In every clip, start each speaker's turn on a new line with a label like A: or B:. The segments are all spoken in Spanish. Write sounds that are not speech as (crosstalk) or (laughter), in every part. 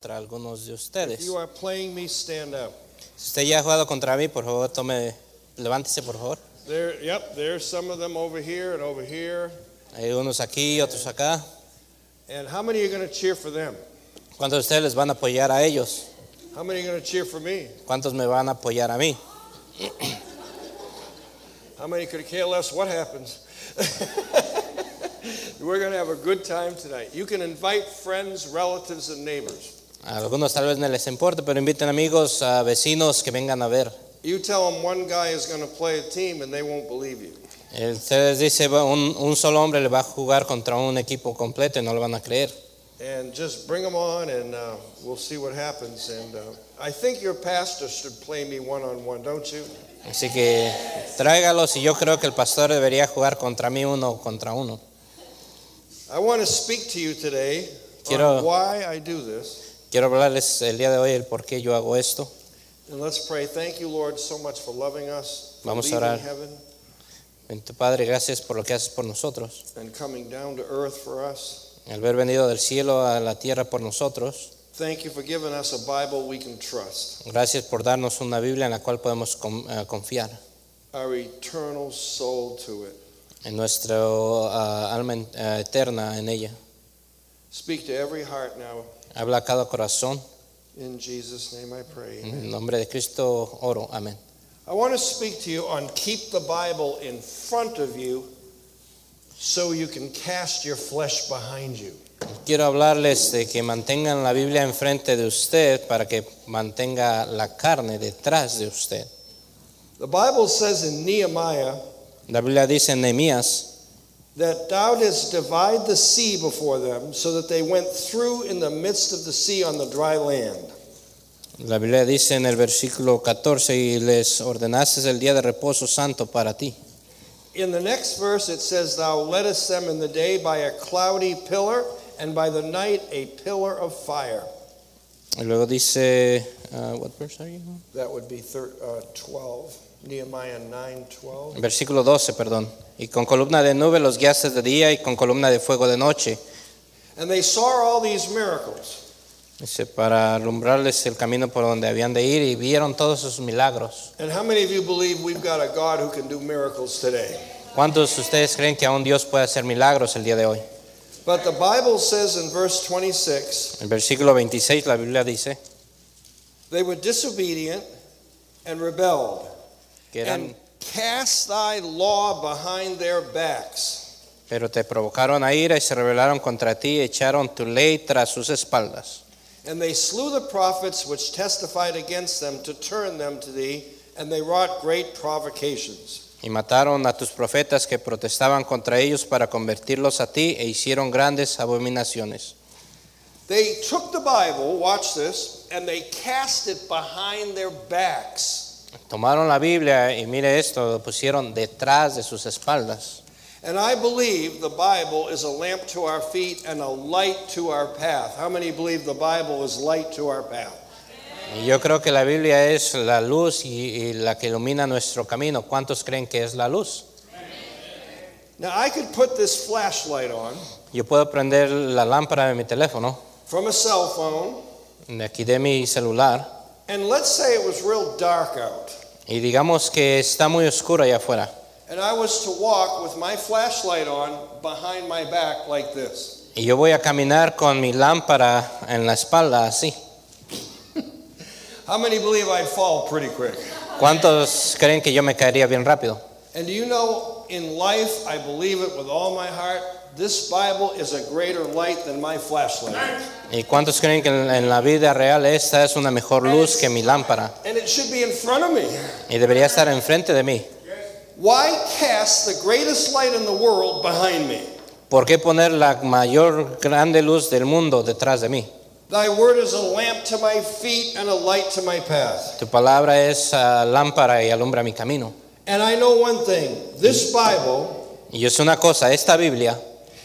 A: contra algunos de
B: If
A: ustedes.
B: you are playing me, stand up.
A: Si usted ya ha jugado contra mí, por favor, tome, levántese, por favor.
B: There, yep, there's some of them over here and over here.
A: Hay unos aquí, otros acá.
B: And how many are going to cheer for them?
A: ¿Cuántos de ustedes les van a apoyar a ellos?
B: How many are going to cheer for me?
A: ¿Cuántos me van a apoyar a mí?
B: How many could care less what happens? (laughs) We're going to have a good time tonight. You can invite friends, relatives, and neighbors.
A: A algunos tal vez no les importe, pero inviten amigos, a vecinos que vengan a ver.
B: You tell them one guy is going to play a team and they won't believe you.
A: Eh, Ustedes dicen, va, un, un solo hombre le va a jugar contra un equipo completo y no lo van a creer.
B: And just bring them on and uh, we'll see what happens. And uh, I think your pastor should play me one on one, don't you?
A: Así que tráigalos y yo creo que el pastor debería jugar contra mí uno contra uno.
B: I want to speak to you today
A: Quiero-
B: on why I do this.
A: Quiero hablarles el día de hoy el por qué yo hago esto.
B: And let's pray. Thank you, Lord, so much for loving us, for
A: Vamos a
B: leaving
A: orar.
B: heaven
A: En tu Padre, gracias por lo que haces por nosotros.
B: and coming down to earth for us.
A: El haber venido del cielo a la tierra por nosotros.
B: Thank you for giving us a Bible we can trust,
A: Gracias por darnos una Biblia en la cual podemos com- eh, confiar.
B: our eternal soul to it.
A: En nuestra ah, alma en- eh, eterna en ella.
B: Speak to every heart now.
A: Habla a cada corazón.
B: In Jesus' name I pray.
A: En el nombre de Cristo oro. Amén.
B: I want to speak to you on keep the Bible in front of you so you can cast your flesh behind you.
A: Quiero hablarles de que mantengan la Biblia enfrente de usted para que mantenga la carne detrás de usted.
B: The Bible says in Nehemiah,
A: La Biblia dice en Nehemías
B: that thou didst divide the sea before them, so that they went through in the midst of the sea on the dry land.
A: La Biblia dice en el versículo 14, y les ordenaste el día de reposo santo para ti.
B: In the next verse, it says, Thou leddest them in the day by a cloudy pillar, and by the night a pillar of fire.
A: Y luego dice, ah, what verse are you on?
B: That would be thir- uh, 12, Nehemiah 9 12.
A: Versículo 12, perdón. Y con columna de nube los guiaste de día y con columna de fuego de noche.
B: And they saw all these miracles,
A: Dice, para alumbrarles el camino por donde habían de ir y vieron todos sus milagros.
B: and how many of you believe we've got a God who can do miracles today?
A: ¿Cuántos de ustedes creen que aún Dios puede hacer milagros el día de hoy?
B: But the Bible says in verse 26
A: El versículo 26, la Biblia dice
B: they were disobedient and rebelled.
A: que eran,
B: and cast thy law behind their backs.
A: pero te provocaron a ira y se rebelaron contra ti y echaron tu ley tras sus espaldas.
B: And they slew the prophets which testified against them to turn them to thee, and they wrought great provocations.
A: Y mataron a tus profetas que protestaban contra ellos para convertirlos a ti e hicieron grandes abominaciones.
B: They took the Bible, watch this, and they cast it behind their backs.
A: Tomaron la Biblia y mire esto, lo pusieron detrás de sus espaldas.
B: And I believe the Bible is a lamp to our feet and a light to our path. How many believe the Bible is light to our path?
A: Y yo creo que la Biblia es la luz y, y la que ilumina nuestro camino. ¿Cuántos creen que es la luz?
B: Now, I could put this flashlight on
A: Yo puedo prender la lámpara de mi teléfono,
B: from a cell phone,
A: de aquí de mi celular,
B: and let's say it was real dark out.
A: y digamos que está muy oscuro allá afuera.
B: And I was to walk with my flashlight on behind my back like this.
A: Y yo voy a caminar con mi lámpara en la espalda así.
B: How many believe I'd fall pretty quick?
A: ¿Cuántos creen que yo me caería bien rápido?
B: And do you know, in life, I believe it with all my heart, this Bible is a greater light than my flashlight.
A: ¿Y cuántos creen que en en la vida real esta es una mejor luz que mi lámpara?
B: And it should be in front of me.
A: Y debería estar enfrente de mí.
B: Why cast the greatest light in the world behind me?
A: ¿Por qué poner la mayor grande luz del mundo detrás de mí?
B: Thy word is a lamp to my feet and a light to my path.
A: Tu palabra es ah, lámpara y alumbra mi camino.
B: And I know one thing this Bible
A: Y yo sé una cosa, esta Biblia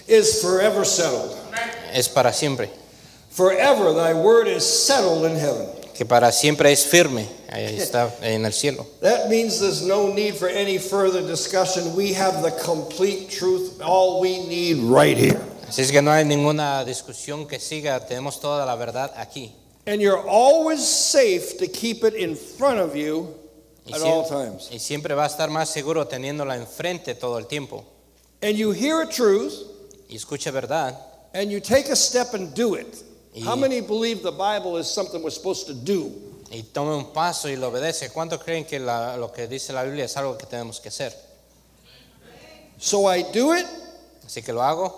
B: is forever settled.
A: es para siempre,
B: Forever, thy word is settled in heaven.
A: que para siempre es firme, ahí está en el cielo.
B: That means there's no need for any further discussion. We have the complete truth, all we need right here.
A: Así es que no hay ninguna discusión que siga, tenemos toda la verdad aquí.
B: And you're always safe to keep it in front of you
A: Y
B: at
A: siem-
B: all times.
A: y siempre va a estar más seguro teniéndola enfrente todo el tiempo.
B: And you hear a truth
A: Y escuche verdad.
B: and you take a step and do it.
A: Y,
B: How many believe the Bible is something we're supposed to do?
A: y tome un paso y lo obedece. ¿Cuántos creen que la- lo que dice la Biblia es algo que tenemos que hacer?
B: So I do it,
A: Así que lo hago,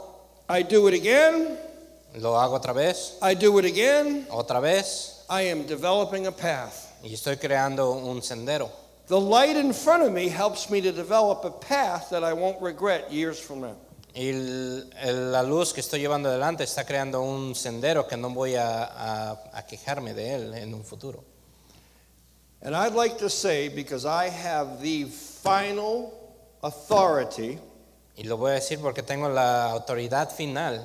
B: I do it again,
A: lo hago otra vez,
B: I do it again.
A: otra vez,
B: I am developing a path.
A: y estoy creando un sendero.
B: The light in front of me helps me to develop a path that I won't regret years from now.
A: Y el- el- la luz que estoy llevando adelante está creando un sendero que no voy a, a- a quejarme de él en un futuro.
B: And I'd like to say, because I have the final authority,
A: Y lo voy a decir porque tengo la autoridad final,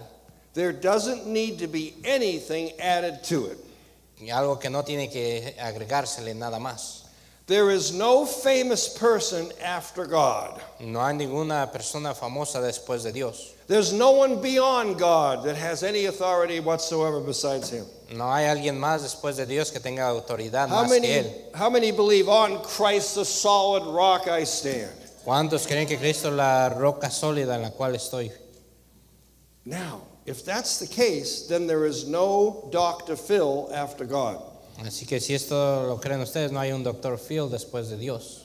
B: there doesn't need to be anything added to it.
A: y algo que no tiene que agregársele nada más.
B: There is no famous person after God.
A: No hay ninguna persona famosa después de Dios.
B: There's no one beyond God that has any authority whatsoever besides Him.
A: No hay alguien más después de Dios que tenga autoridad
B: How
A: más que
B: many,
A: Él.
B: how many believe on Christ the solid rock I stand?
A: ¿Cuántos creen que Cristo es la roca sólida en la cual estoy?
B: Now, if that's the case, then there is no Dr. Phil after God.
A: Así que si esto lo creen ustedes, no hay un Dr. Phil después de Dios.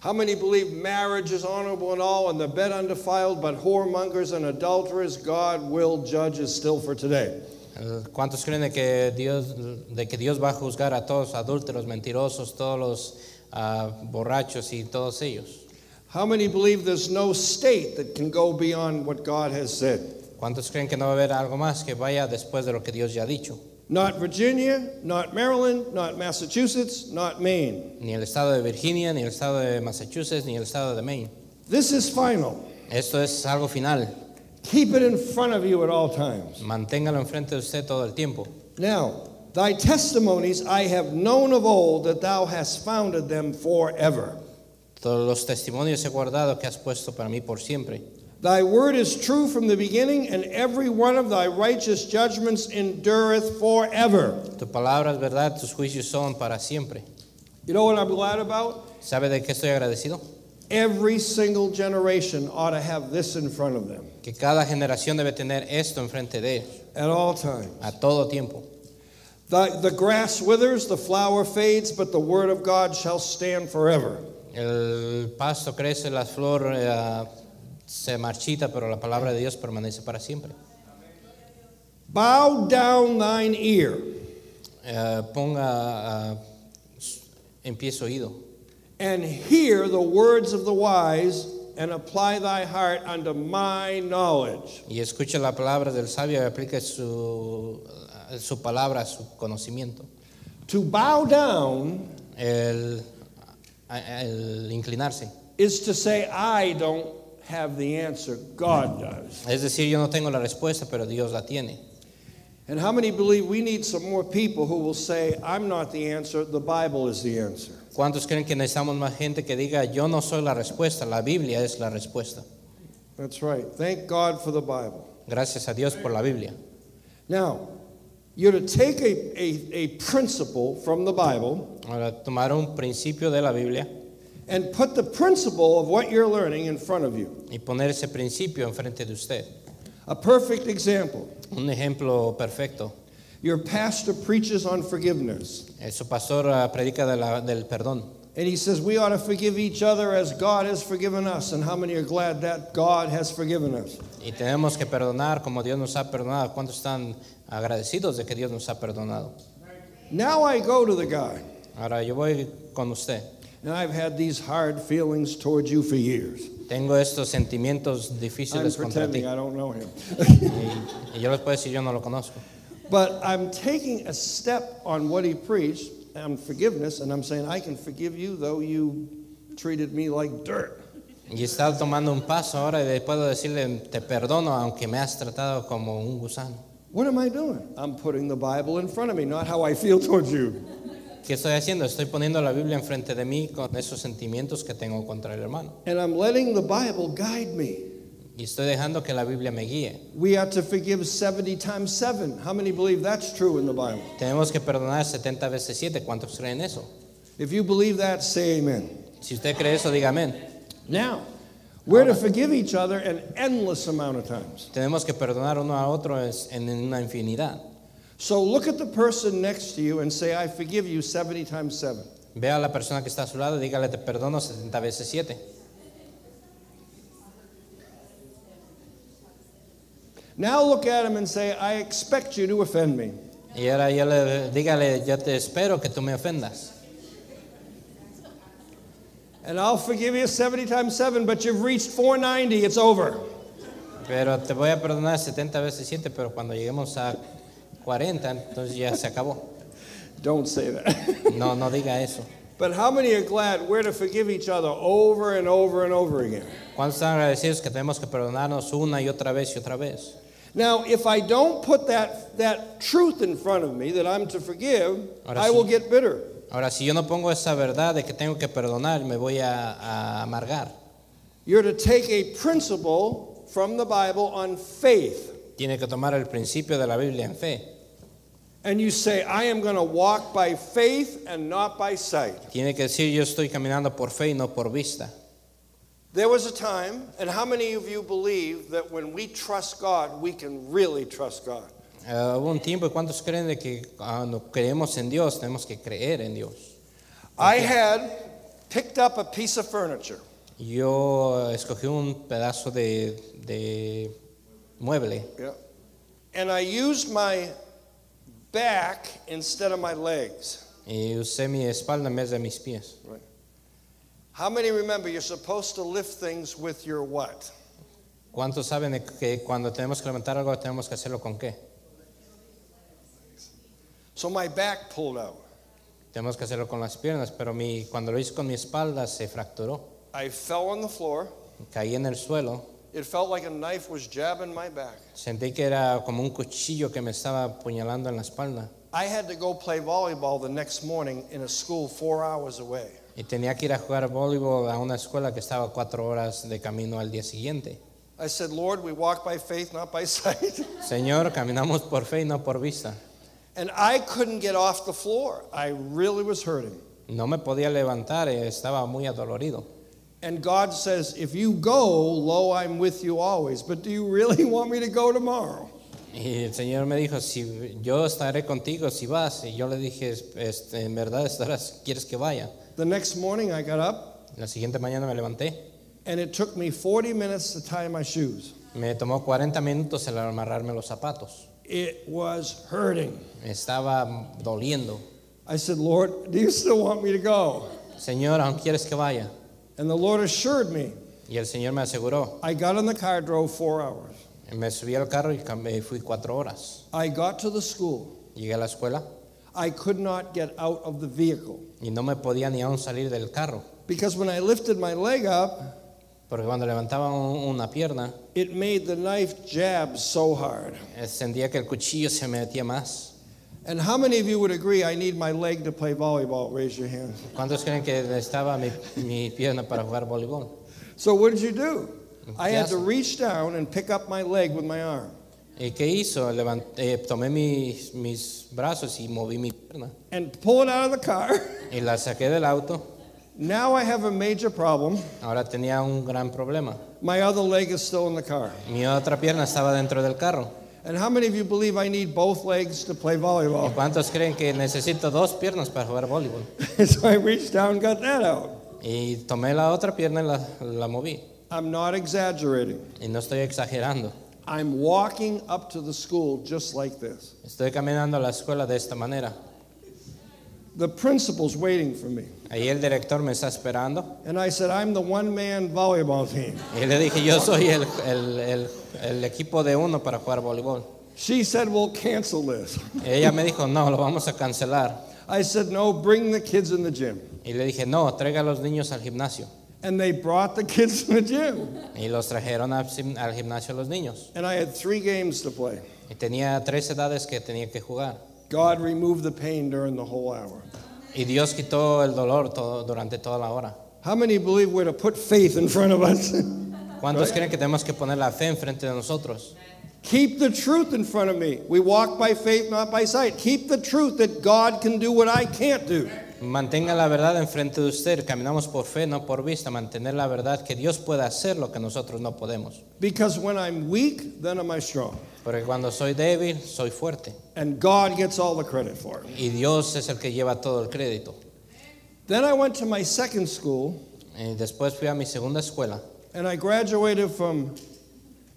B: How many believe marriage is honorable and all, and the bed undefiled, but whoremongers and adulterers God will judge is still for today?
A: El- ¿Cuántos creen de que Dios, de que Dios va a juzgar a todos adúlteros, mentirosos, todos los ah, borrachos y todos ellos?
B: How many believe there's no state that can go beyond what God has said?
A: ¿Cuántos creen que no va a haber algo más que vaya después de lo que Dios ya ha dicho?
B: Not Virginia, not Maryland, not Massachusetts, not Maine.
A: Ni el estado de Virginia, ni el estado de Massachusetts, ni el estado de Maine.
B: This is final.
A: Esto es algo final.
B: Keep it in front of you at all times.
A: Manténgalo enfrente de usted todo el tiempo.
B: Now, thy testimonies I have known of old that thou hast founded them forever.
A: Todos los testimonios he guardado que has puesto para mí por siempre.
B: Thy word is true from the beginning, and every one of thy righteous judgments endureth forever.
A: Tu palabra es verdad, tus juicios son para siempre.
B: You know what I'm glad about?
A: ¿Sabe de qué estoy agradecido?
B: Every single generation ought to have this in front of them
A: Que cada generación debe tener esto enfrente de él
B: at all times.
A: a todo tiempo.
B: The, the grass withers, the flower fades, but the word of God shall stand forever.
A: El pasto crece, la flor eh, se marchita, pero la palabra de Dios permanece para siempre.
B: Bow down thine ear
A: Eh, ponga eh, en pie su oído
B: and hear the words of the wise, and apply thy heart unto my knowledge.
A: y escuche la palabra del sabio y aplique su, eh, su palabra a su conocimiento.
B: To bow down
A: El- el inclinarse.
B: is to say, I don't have the answer, God does.
A: Es decir, yo no tengo la respuesta, pero Dios la tiene.
B: And how many believe we need some more people who will say, I'm not the answer, the Bible is the answer?
A: ¿Cuántos creen que necesitamos más gente que diga, yo no soy la respuesta, la Biblia es la respuesta?
B: That's right. Thank God for the Bible.
A: Gracias a Dios por la Biblia.
B: Now, you're to take a, a, a principle from the Bible
A: Ahora, tomar un principio de la Biblia
B: and put the principle of what you're learning in front of you.
A: y poner ese principio enfrente de usted.
B: A perfect example
A: Un ejemplo perfecto.
B: your pastor preaches on forgiveness,
A: Eh, Su pastor ah, predica de la- del perdón.
B: and he says, We ought to forgive each other as God has forgiven us. And how many are glad that God has forgiven us?
A: Y tenemos que perdonar como Dios nos ha perdonado. ¿Cuántos están agradecidos de que Dios nos ha perdonado?
B: Now I go to the guy,
A: Ahora, yo voy con usted.
B: and I've had these hard feelings towards you for years.
A: Tengo estos sentimientos
B: I'm
A: difíciles contra ti.
B: pretending I don't know him.
A: Y, y yo les puedo decir, yo no lo conozco.
B: But I'm taking a step on what he preached on forgiveness, and I'm saying, I can forgive you though you treated me like dirt.
A: Y está tomando un paso ahora y le puedo decirle, te perdono aunque me has tratado como un gusano.
B: What am I doing? I'm putting the Bible in front of me, not how I feel towards you.
A: ¿Qué estoy haciendo? Estoy poniendo la Biblia enfrente de mí con esos sentimientos que tengo contra el hermano.
B: And I'm letting the Bible guide me.
A: y estoy dejando que la Biblia me guíe.
B: We are to forgive 70 times 7. How many believe that's true in the Bible?
A: Tenemos que perdonar 70 veces 7. ¿Cuántos creen eso?
B: If you believe that, say amen.
A: Si usted cree eso, diga amén.
B: Now, we're to forgive each other an endless amount of times.
A: Tenemos que perdonar uno a otro es- en una infinidad.
B: So look at the person next to you and say, I forgive you 70 times 7.
A: Ve a la persona que está a su lado y dígale, te perdono 70 veces 7.
B: Now look at him and say, I expect you to offend me.
A: Y ahora yo le, dígale, yo te espero que tú me ofendas.
B: And I'll forgive you 70 times 7, but you've reached 490. It's over.
A: Pero te voy a perdonar 70 veces 7, pero cuando lleguemos a 40, entonces ya se acabó.
B: Don't say that. (laughs)
A: No, no diga eso.
B: but how many are glad we're to forgive each other over and over and over again?
A: ¿Cuántos están agradecidos que tenemos que perdonarnos una y otra vez y otra vez?
B: Now, if I don't put that, that truth in front of me that I'm to forgive,
A: Ahora
B: I will
A: sí.
B: get bitter.
A: Ahora, si yo no pongo esa verdad de que tengo que perdonar, me voy a, a amargar.
B: You're to take a principle from the Bible on faith.
A: Tiene que tomar el principio de la Biblia en fe.
B: And you say, I am going to walk by faith and not by sight.
A: Tiene que decir, yo estoy caminando por fe y no por vista.
B: There was a time, and how many of you believe that when we trust God, we can really trust God?
A: Eh, hubo un tiempo, ¿y cuántos creen de que cuando creemos en Dios, tenemos que creer en Dios?
B: I had picked up a piece of furniture.
A: Yo eh, escogí un pedazo de, de mueble
B: Yeah. And I used my back instead of my legs.
A: y usé mi espalda en vez de mis pies.
B: How many remember you're supposed to lift things with your what?
A: ¿Cuántos saben de que cuando tenemos que levantar algo, tenemos que hacerlo con qué?
B: So my back pulled out.
A: Tenemos que hacerlo con las piernas, pero mi, cuando lo hice con mi espalda se fracturó.
B: I fell on the floor.
A: Caí en el suelo,
B: It felt like a knife was jabbing my back.
A: sentí que era como un cuchillo que me estaba apuñalando en la espalda
B: I had to go play volleyball the next morning in a school four hours away.
A: y tenía que ir a jugar voleibol a una escuela que estaba cuatro horas de camino al día siguiente.
B: I said, Lord, we walk by faith, not by (laughs) sight.
A: Señor, caminamos por fe y no por vista.
B: and I couldn't get off the floor. I really was hurting.
A: No me podía levantar, eh, estaba muy adolorido.
B: And God says, If you go, lo, I'm with you always. But do you really (laughs) want me to go tomorrow?
A: Y el Señor me dijo, si yo estaré contigo, si vas. Y yo le dije, este, en verdad estarás, quieres que vaya.
B: The next morning, I got up,
A: La siguiente mañana me levanté.
B: and it took me 40 minutes to tie my shoes.
A: Me tomó 40 minutos el amarrarme los zapatos.
B: It was hurting.
A: Me estaba doliendo.
B: I said, Lord, do you still want me to go?
A: Señor, aún quieres que vaya.
B: And the Lord assured me.
A: Y el Señor me aseguró.
B: I got in the car, drove four hours.
A: Me subí al carro y cam- eh, fui cuatro horas.
B: I got to the school.
A: Llegué a la escuela
B: I could not get out of the vehicle
A: y no me podía ni aún salir del carro.
B: because when I lifted my leg up,
A: Porque cuando levantaba un- una pierna,
B: it made the knife jab so hard.
A: eh, sentía que el cuchillo se me metía más.
B: And how many of you would agree I need my leg to play volleyball? Raise your hand.
A: ¿Cuántos creen que necesitaba mi, mi pierna para jugar voleibol?
B: So, what did you do? I had to
A: Yes.
B: reach down and pick up my leg with my arm.
A: ¿Y Eh, qué hizo? Levan- eh, tomé mis, mis brazos y moví mi pierna.
B: and pull it out of the car. (laughs)
A: Y la saqué del auto.
B: Now I have a major problem.
A: Ahora tenía un gran problema.
B: My other leg is still in the car.
A: Mi otra pierna estaba dentro del carro.
B: And how many of you believe I need both legs to play volleyball? (laughs)
A: ¿Cuántos creen que necesito dos piernas para jugar voleibol?
B: so I reached down and got that out.
A: Y tomé la otra pierna y la, la moví.
B: I'm not exaggerating.
A: Y no estoy exagerando.
B: I'm walking up to the school just like this.
A: Estoy caminando a la escuela de esta manera.
B: The principal's waiting for me.
A: Ahí el director me está esperando.
B: And I said, I'm the one man volleyball team.
A: Y le dije, yo soy el, el- el- el equipo de uno para jugar voleibol.
B: She said, We'll cancel this.
A: Ella me dijo, no, lo vamos a cancelar.
B: I said, No, bring the kids in the gym.
A: Y le dije, no, traiga a los niños al gimnasio.
B: And they brought the (laughs) kids in the gym.
A: Y los trajeron al sim- al gimnasio los niños.
B: And I had three games to play.
A: Y tenía tres edades que tenía que jugar.
B: God removed the pain during the whole hour.
A: Y Dios quitó el dolor todo- durante toda la hora.
B: How many believe we're to put faith in front of us? (laughs)
A: ¿Cuántos
B: Right.
A: creen que tenemos que poner la fe enfrente de nosotros?
B: Keep the truth in front of me. We walk by faith, not by sight. Keep the truth that God can do what I can't do.
A: Mantenga la verdad enfrente de usted. Caminamos por fe, no por vista. Mantener la verdad que Dios puede hacer lo que nosotros no podemos.
B: Because when I'm weak, then am I strong.
A: Porque cuando soy débil, soy fuerte.
B: And God gets all the credit for it.
A: Y Dios es el que lleva todo el crédito.
B: Then I went to my second school
A: Y después fui a mi segunda escuela
B: and I graduated from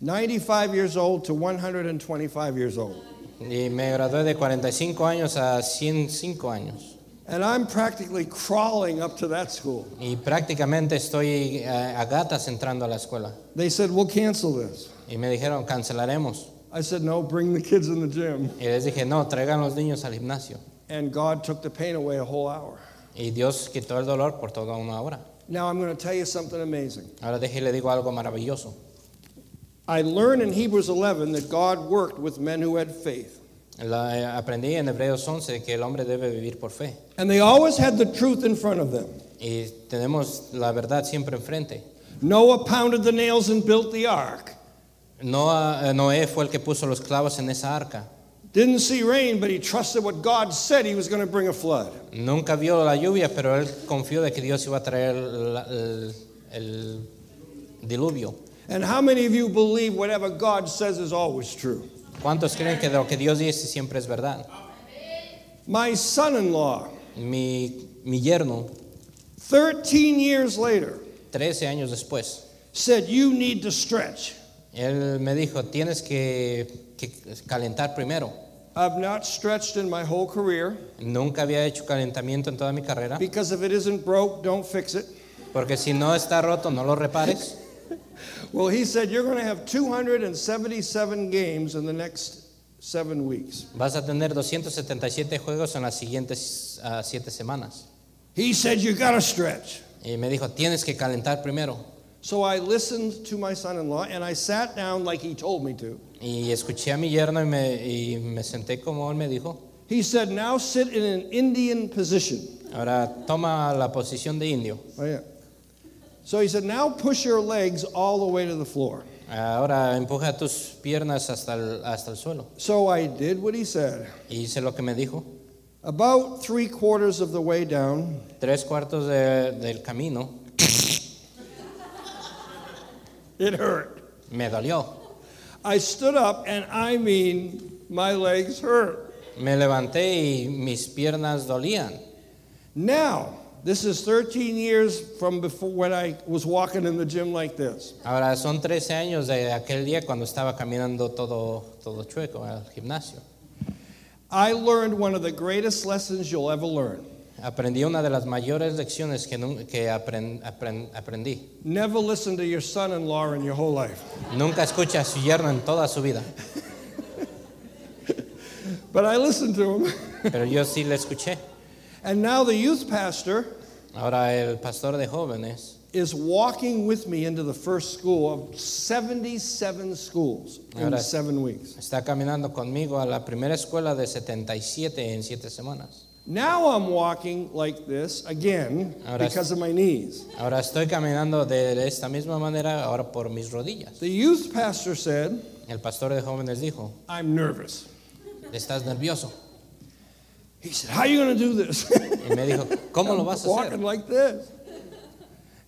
B: 95 years old to 125 years old.
A: y me gradué de 45 años a 105 años.
B: And I'm practically crawling up to that school.
A: Y prácticamente estoy eh, a gatas entrando a la escuela.
B: They said, We'll cancel this.
A: Y me dijeron, cancelaremos.
B: I said, No, bring the kids in the gym.
A: Y les dije, no, traigan los niños al gimnasio.
B: And God took the pain away a whole hour.
A: Y Dios quitó el dolor por toda una hora.
B: Now I'm going to tell you something amazing.
A: Ahora deje y le digo algo maravilloso.
B: I learn in Hebrews 11 that God worked with men who had faith.
A: La- eh, aprendí en Hebreos 11 que el hombre debe vivir por fe.
B: And they always had the truth in front of them.
A: Y tenemos la verdad siempre enfrente.
B: Noah pounded the nails and built the ark.
A: Noa- eh, Noé fue el que puso los clavos en esa arca.
B: Didn't see rain, but he trusted what God said he was going to bring a flood.
A: Nunca vio la lluvia, pero él confió de que Dios iba a traer la- el, el diluvio.
B: And how many of you believe whatever God says is always true?
A: ¿Cuántos creen que lo que Dios dice siempre es verdad?
B: My son in law,
A: Mi, mi yerno,
B: 13 years later,
A: 13 años después,
B: said, You need to stretch.
A: él me dijo, tienes que, que calentar primero.
B: I've not stretched in my whole career
A: Nunca había hecho calentamiento en toda mi carrera,
B: because if it isn't broke, don't fix it.
A: porque si no está roto, no lo repares.
B: Well, he said, You're going to have 277 games in the next seven weeks.
A: Vas a tener 277 juegos en las siguientes 7 semanas.
B: He said, You got to stretch.
A: Y me dijo, tienes que calentar primero.
B: So I listened to my son in law and I sat down like he told me to.
A: Y escuché a mi yerno y me, y me senté como él me dijo.
B: He said, Now sit in an Indian position.
A: Ahora toma la posición de indio.
B: Oh, yeah. So he said, Now push your legs all the way to the floor.
A: Ahora empuja tus piernas hasta el, hasta el suelo.
B: So I did what he said.
A: Y hice lo que me dijo.
B: About three quarters of the way down,
A: Tres cuartos de- del camino
B: it hurt.
A: me dolió.
B: I stood up and I mean, my legs hurt.
A: Me levanté y mis piernas dolían.
B: Now, this is 13 years from before when I was walking in the gym like this.
A: Ahora son 13 años de aquel día cuando estaba caminando todo, todo chueco al gimnasio.
B: I learned one of the greatest lessons you'll ever learn.
A: Aprendí una de las mayores lecciones que, nun- que apren- apren- aprendí.
B: Never listen to your son in law in your whole life.
A: Nunca escucha a su yerno en toda su vida.
B: But I listened to him. (laughs)
A: Pero yo sí le escuché.
B: And now the youth pastor
A: Ahora el pastor de jóvenes
B: is walking with me into the first school of 77 schools in
A: Ahora-
B: seven weeks.
A: está caminando conmigo a la primera escuela de 77 en 7 semanas.
B: Now I'm walking like this again
A: Ahora-
B: because of my knees.
A: Ahora estoy caminando de esta misma manera ahora por mis rodillas.
B: The youth pastor said,
A: El pastor de jóvenes dijo,
B: I'm nervous.
A: ¿estás nervioso?
B: He said, How are you going to do this? (laughs)
A: Y me dijo, ¿cómo lo vas a
B: walking
A: hacer?
B: like this.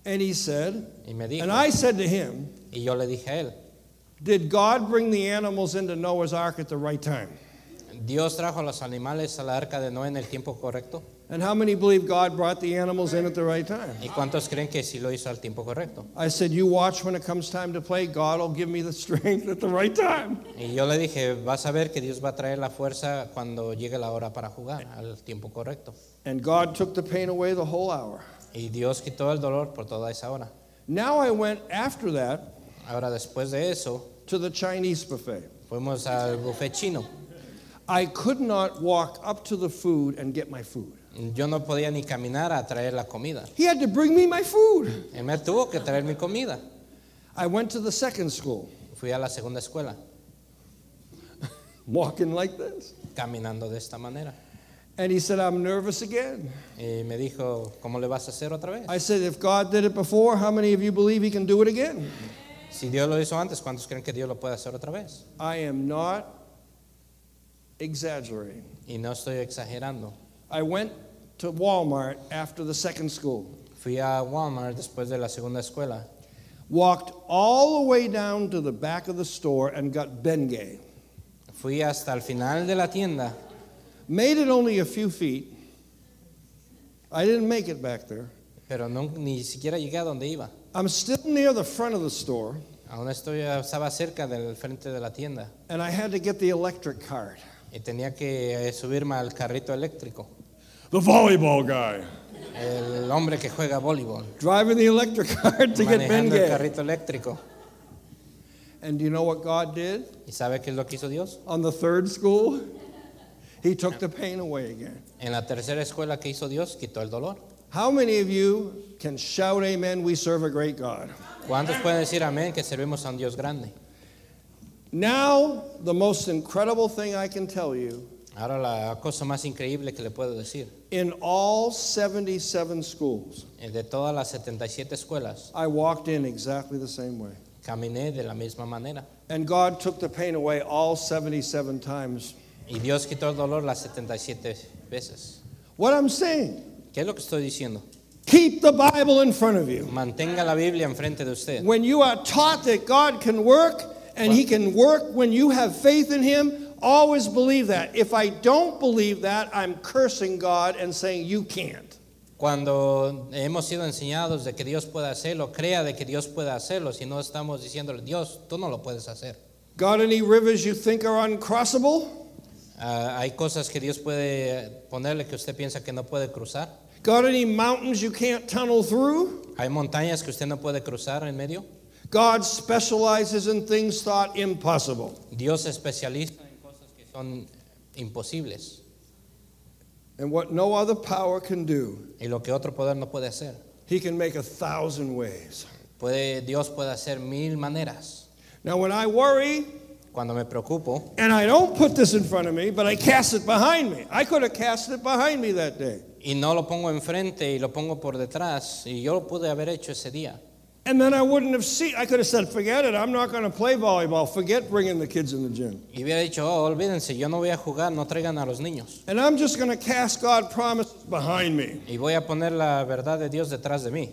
B: And he said,
A: Y me dijo,
B: And I said to him,
A: y yo le dije a él,
B: Did God bring the animals into Noah's ark at the right time?
A: ¿Dios trajo a los animales a la arca de Noé en el tiempo correcto?
B: And how many believe God brought the animals in at the right time?
A: ¿Y cuántos creen que sí lo hizo al tiempo correcto?
B: I said, You watch when it comes time to play, God will give me the (laughs) strength at the right time.
A: Y yo le dije, vas a ver que Dios va a traer la fuerza cuando llegue la hora para jugar, al tiempo correcto.
B: And God took the pain away the whole hour.
A: Y Dios quitó el dolor por toda esa hora.
B: Now I went after that
A: Ahora después de eso,
B: to the Chinese buffet.
A: fuimos al buffet chino.
B: I could not walk up to the food and get my food.
A: Yo no podía ni caminar a traer la comida.
B: He had to bring me my food.
A: Él me tuvo que traer mi comida.
B: I went to the second school,
A: Fui a la segunda escuela,
B: walking like this.
A: caminando de esta manera.
B: And he said, I'm nervous again.
A: Y me dijo, ¿cómo le vas a hacer otra vez?
B: I said, If God did it before, how many of you believe he can do it again?
A: Si Dios lo hizo antes, ¿cuántos creen que Dios lo puede hacer otra vez?
B: I am not exaggerating.
A: Y no estoy exagerando.
B: I went to Walmart after the second school,
A: Fui a Walmart después de la segunda escuela.
B: walked all the way down to the back of the store and got Bengay.
A: Fui hasta el final de la tienda.
B: Made it only a few feet. I didn't make it back there.
A: Pero no, ni siquiera llegué a donde iba.
B: I'm still near the front of the store,
A: Aún estoy, estaba cerca del frente de la tienda
B: and I had to get the electric card.
A: y tenía que eh, subirme al carrito eléctrico.
B: The volleyball guy.
A: El hombre que juega voleibol,
B: Driving the electric (laughs) card to get
A: manejando el
B: Bengay.
A: carrito eléctrico.
B: And do you know what God did
A: ¿Y sabe qué es lo que hizo Dios?
B: on the third school? He took the pain away again.
A: En la tercera escuela que hizo Dios, quitó el dolor.
B: How many of you can shout, Amen, we serve a great God?
A: ¿Cuántos pueden decir amén que servimos a un Dios grande?
B: Now, the most incredible thing I can tell you
A: Ahora la cosa más increíble que le puedo decir,
B: in all 77 schools,
A: eh, de todas las 77 escuelas,
B: I walked in exactly the same way.
A: caminé de la misma manera.
B: And God took the pain away all 77 times.
A: Y Dios quitó el dolor las 77 veces.
B: What I'm saying,
A: ¿Qué es lo que estoy diciendo?
B: keep the Bible in front of you.
A: Mantenga la Biblia enfrente de usted.
B: When you are taught that God can work and He can work when you have faith in Him, always believe that. If I don't believe that, I'm cursing God and saying, You can't.
A: Cuando hemos sido enseñados de que Dios puede hacerlo, crea de que Dios puede hacerlo, si no estamos diciéndole, Dios, tú no lo puedes hacer.
B: Got any rivers you think are uncrossable?
A: Ah, hay cosas que Dios puede ponerle que usted piensa que no puede cruzar.
B: Got any mountains you can't tunnel through?
A: Hay montañas que usted no puede cruzar en medio.
B: God specializes in things thought impossible.
A: Dios se especializa en cosas que son imposibles
B: And what no other power can do,
A: y lo que otro poder no puede hacer.
B: He can make a thousand ways.
A: Puede, Dios puede hacer mil maneras.
B: Now, when I worry,
A: Cuando me preocupo,
B: and I don't put this in front of me, but I cast it behind me. I could have cast it behind me that day.
A: y no lo pongo enfrente y lo pongo por detrás, y yo lo pude haber hecho ese día.
B: And then I wouldn't have seen, I could have said, forget it, I'm not going to play volleyball. Forget bringing the kids in the gym.
A: Y hubiera dicho, oh, olvídense, yo no voy a jugar, no traigan a los niños.
B: And I'm just going to cast God promises behind me.
A: Y voy a poner la verdad de Dios detrás de mí.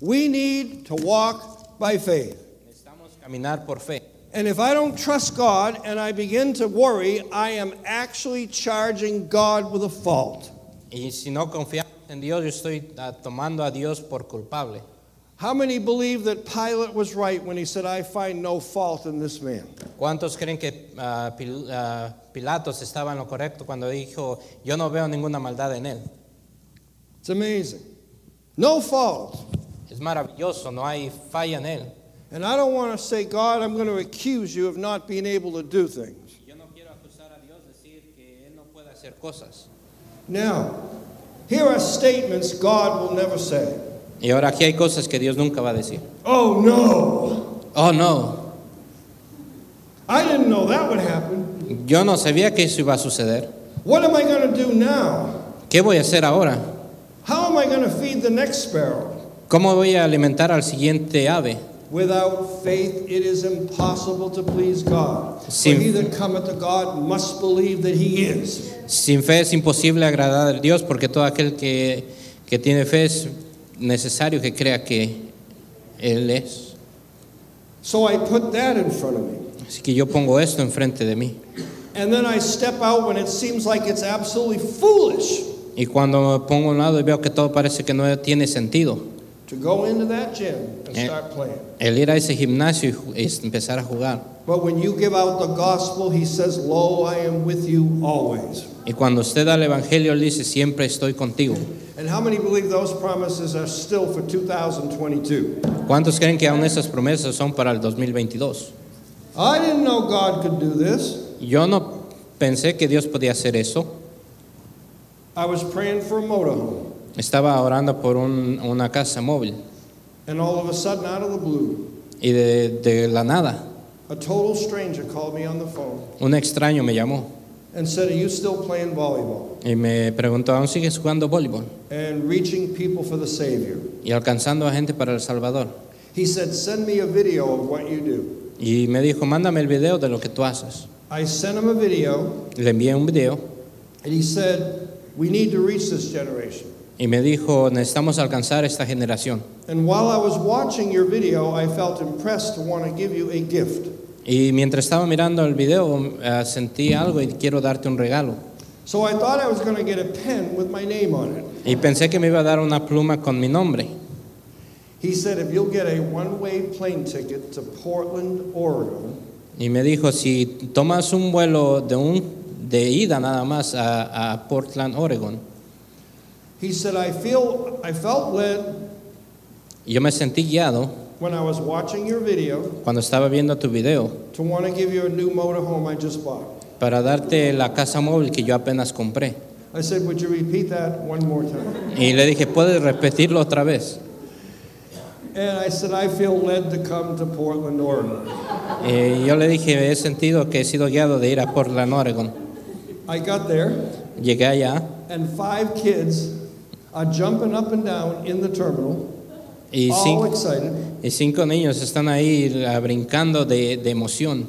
B: We need to walk by faith.
A: Necesitamos caminar por fe.
B: And if I don't trust God and I begin to worry, I am actually charging God with a fault.
A: Y si no confiamos en Dios, yo estoy ah, tomando a Dios por culpable.
B: How many believe that Pilate was right when he said, I find no fault in this man?
A: ¿Cuántos creen que ah, Pil- ah, Pilatos estaba en lo correcto cuando dijo, yo no veo ninguna maldad en él?
B: It's amazing. No fault.
A: Es maravilloso, no hay falla en él.
B: And I don't want to say, God, I'm going to accuse you of not being able to do things.
A: Yo no quiero acusar a Dios, decir que él no puede hacer cosas.
B: Now, here are statements God will never say.
A: Y ahora aquí hay cosas que Dios nunca va a decir.
B: Oh, no.
A: Oh, no,
B: I didn't know that would happen.
A: yo no sabía que eso iba a suceder.
B: What am I going to do now?
A: ¿Qué voy a hacer ahora?
B: How am I going to feed the next sparrow?
A: ¿Cómo voy a alimentar al siguiente ave?
B: Without faith, it is impossible to please God.
A: Sim-
B: For he that cometh to God must believe that he is.
A: Sin fe es imposible agradar a Dios porque todo aquel que, que tiene fe es necesario que crea que Él es.
B: So I put that in front of me.
A: Así que yo pongo esto enfrente de mí.
B: And then I step out when it seems like it's absolutely foolish
A: Y cuando me pongo a un lado y veo que todo parece que no tiene sentido,
B: to go into that gym and
A: Eh.
B: start playing.
A: el ir a ese gimnasio y ju- y empezar a jugar.
B: But when you give out the gospel, he says, Lo, I am with you always.
A: Y cuando usted da el Evangelio, Él dice, siempre estoy contigo.
B: And how many believe those promises are still for 2022?
A: ¿Cuántos creen que aún esas promesas son para el 2022?
B: I didn't know God could do this.
A: Yo no pensé que Dios podía hacer eso.
B: I was praying for a motorhome.
A: Estaba orando por un- una casa móvil
B: And all of a sudden, out of the blue,
A: y de, de la nada
B: a total stranger called me on the phone
A: un extraño me llamó
B: and said, Are you still playing volleyball
A: y me preguntó, ¿aún sigues jugando voleibol
B: and reaching people for the Savior?
A: y alcanzando a gente para El Salvador?
B: He said, Send me a video of what you do.
A: Y me dijo, mándame el video de lo que tú haces.
B: I sent him a video,
A: Le envié un video
B: and he said, We need to reach this generation.
A: y me dijo, necesitamos alcanzar esta generación.
B: And while I was watching your video, I felt impressed to want to give you a gift.
A: Y mientras estaba mirando el video, eh, sentí algo y quiero darte un regalo.
B: So I thought I was going to get a pen with my name on it.
A: Y pensé que me iba a dar una pluma con mi nombre.
B: He said, If you'll get a one way plane ticket to Portland, Oregon,
A: Y me dijo, si tomas un vuelo de, un, de ida nada más a, a Portland, Oregon,
B: he said, I, feel, I felt led
A: yo me sentí guiado
B: when I was watching your video
A: cuando estaba viendo tu video
B: to want to give you a new motorhome I just bought.
A: para darte la casa móvil que yo apenas compré.
B: I said, Would you repeat that one more time?
A: Y le dije, ¿puedes repetirlo otra vez?
B: And I said, I feel led to come to Portland, Oregon.
A: Y Eh, yo le dije, he sentido que he sido guiado de ir a Portland, Oregon.
B: I got there,
A: Llegué allá
B: and five kids are jumping up and down in the terminal,
A: y
B: all
A: cinco,
B: excited,
A: y cinco niños están ahí ah, brincando de, de emoción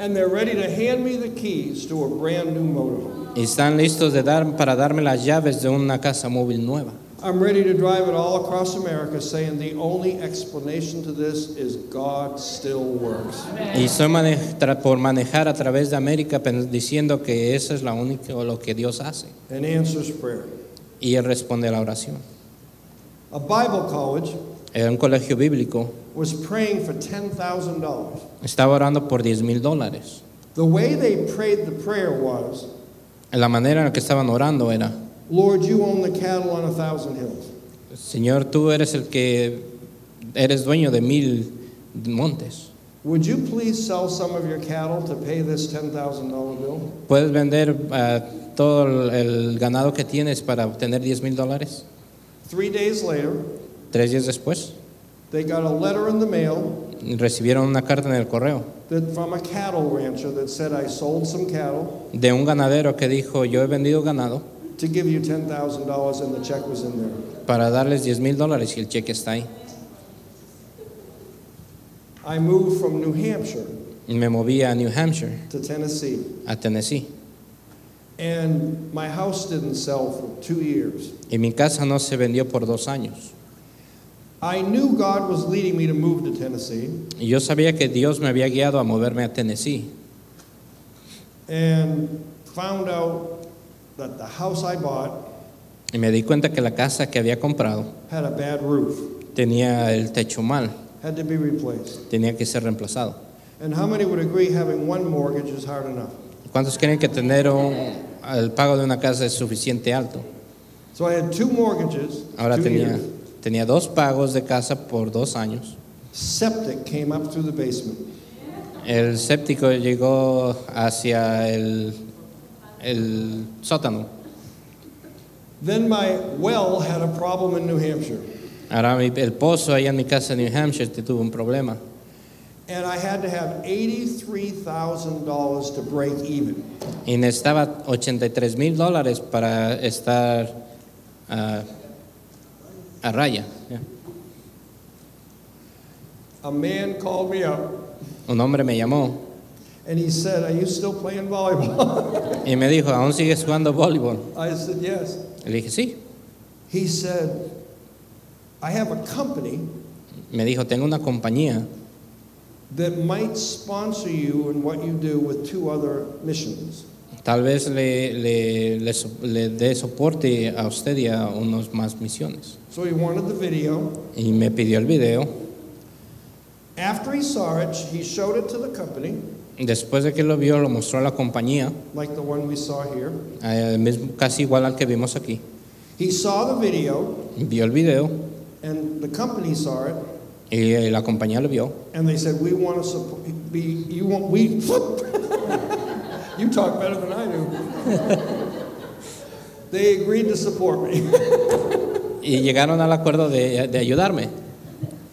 B: and they're ready to hand me the keys to a brand new motorhome.
A: y están listos de dar, para darme las llaves de una casa móvil nueva.
B: I'm ready to drive it all across America saying the only explanation to this is God still works.
A: Y estoy mane- tra- por manejar a través de América pen- diciendo que eso es la única, o lo que Dios hace.
B: And answers prayer.
A: Y Él responde a la oración.
B: A Bible college
A: En un colegio bíblico
B: was praying for $10,000.
A: estaba orando por 10 mil dólares.
B: The way they prayed the prayer was,
A: La manera en la que estaban orando era,
B: Lord, you own the cattle on a thousand hills.
A: Señor, tú eres el que eres dueño de mil montes.
B: Would you please sell some of your cattle to pay this $10,000 bill?
A: ¿Puedes vender ah, todo el, el ganado que tienes para obtener 10 mil dólares?
B: Three days later,
A: Tres días después
B: they got a letter in the mail
A: recibieron una carta en el correo
B: that, from a cattle rancher that said, I sold some cattle
A: de un ganadero que dijo, yo he vendido ganado
B: to give you $10,000 and the check was in there.
A: para darles 10 mil dólares y el cheque está ahí.
B: I moved from New Hampshire
A: Y me moví a New Hampshire,
B: to Tennessee,
A: a Tennessee,
B: and my house didn't sell for two years.
A: y mi casa no se vendió por dos años.
B: I knew God was leading me to move to Tennessee,
A: Y yo sabía que Dios me había guiado a moverme a Tennessee
B: and found out that the house I bought
A: y me di cuenta que la casa que había comprado
B: had a bad roof,
A: tenía el techo mal,
B: had to be replaced.
A: tenía que ser reemplazado.
B: And how many would agree having one mortgage is hard enough?
A: ¿Cuántos creen que tener un- el pago de una casa es suficiente alto?
B: So I had two mortgages,
A: Ahora
B: two
A: tenía,
B: years.
A: tenía dos pagos de casa por dos años.
B: Septic came up through the basement.
A: El séptico llegó hacia el, el sótano.
B: Then my well had a problem in New Hampshire,
A: Ahora mi- el pozo allá en mi casa en New Hampshire te tuvo un problema.
B: and I had to have $83,000 to break even.
A: Y necesitaba 83 mil dólares para estar ah, a raya. ya.
B: A man called me up
A: Un hombre me llamó
B: and he said, Are you still playing volleyball? (laughs)
A: y me dijo, ¿aún sigues jugando voleibol?
B: I said, Yes.
A: Le dije, sí.
B: He said, I have a company
A: Me dijo, tengo una compañía
B: that might sponsor you in what you do with two other missions.
A: Tal vez le, le- le so- le dé soporte a usted y a unos más misiones.
B: So he wanted the video.
A: Y me pidió el video.
B: After he saw it, he showed it to the company,
A: Después de que lo vio, lo mostró a la compañía,
B: like the one we saw here.
A: eh, mismo- casi igual al que vimos aquí.
B: He saw the video,
A: Vio el video
B: and the company saw it,
A: y eh, la compañía lo vio.
B: and they said, "We want to support. Be you want we? (laughs) you talk better than I do." (laughs) they agreed to support me, (laughs)
A: Y llegaron al acuerdo de, de ayudarme.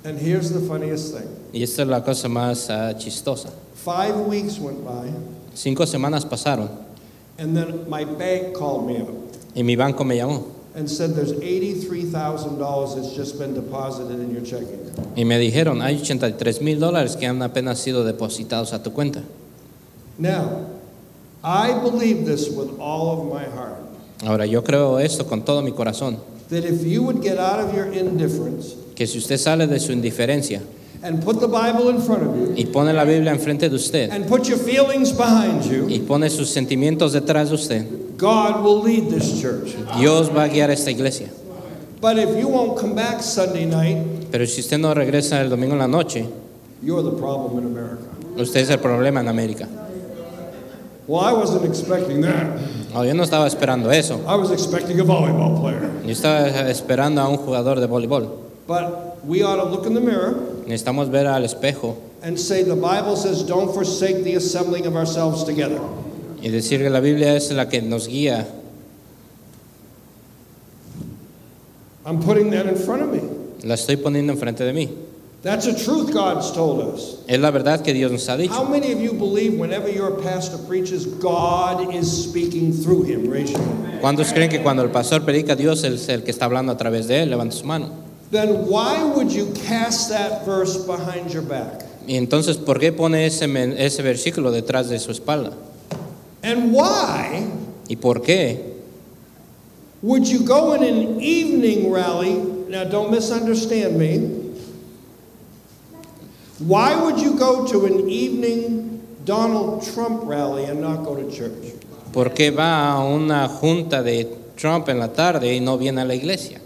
B: and here's the funniest thing:
A: Y esta es la cosa más ah, chistosa.
B: five weeks went by,
A: Cinco semanas pasaron
B: and then my bank called me up,
A: y mi banco me llamó.
B: and said there's $83,000 that's just been deposited in your checking account.
A: Y me dijeron, hay 83 mil dólares que han apenas sido depositados a tu cuenta.
B: Now, I believe this with all of my heart
A: Ahora, yo creo esto con todo mi corazón,
B: that if you would get out of your indifference
A: que si usted sale de su indiferencia
B: and put the Bible in front of you
A: y pone la Biblia enfrente de usted
B: and put your feelings behind you,
A: y pone sus sentimientos detrás de usted,
B: God will lead this church.
A: Dios va a guiar a esta iglesia.
B: But if you won't come back Sunday night,
A: Pero si usted no regresa el domingo en la noche,
B: you're the problem in America.
A: usted es el problema en América.
B: Well, I wasn't expecting that.
A: Oh, yo no estaba esperando eso.
B: I was expecting a volleyball player.
A: Yo estaba esperando a un jugador de voleibol.
B: But we ought to look in the mirror
A: Necesitamos ver al espejo
B: and say, the Bible says, don't forsake the assembling of ourselves together.
A: y decir que la Biblia es la que nos guía.
B: I'm putting that in front of me.
A: La estoy poniendo enfrente de mí.
B: That's a truth God's told us.
A: Es la verdad que Dios nos ha
B: How
A: dicho.
B: many of you believe whenever your pastor preaches, God is speaking through him? Raise your hand.
A: ¿Cuántos creen que cuando el pastor predica Dios es el que está hablando a través de él? Levanta su mano.
B: Then why would you cast that verse behind your back?
A: Y entonces, ¿por qué pone ese, men- ese versículo detrás de su espalda?
B: And why
A: ¿Y por qué?
B: Would you go in an evening rally? Now, don't misunderstand me. Why would you go to an evening Donald Trump rally and not go to church?
A: ¿Por qué va a una junta de Trump en la tarde y no viene a la iglesia?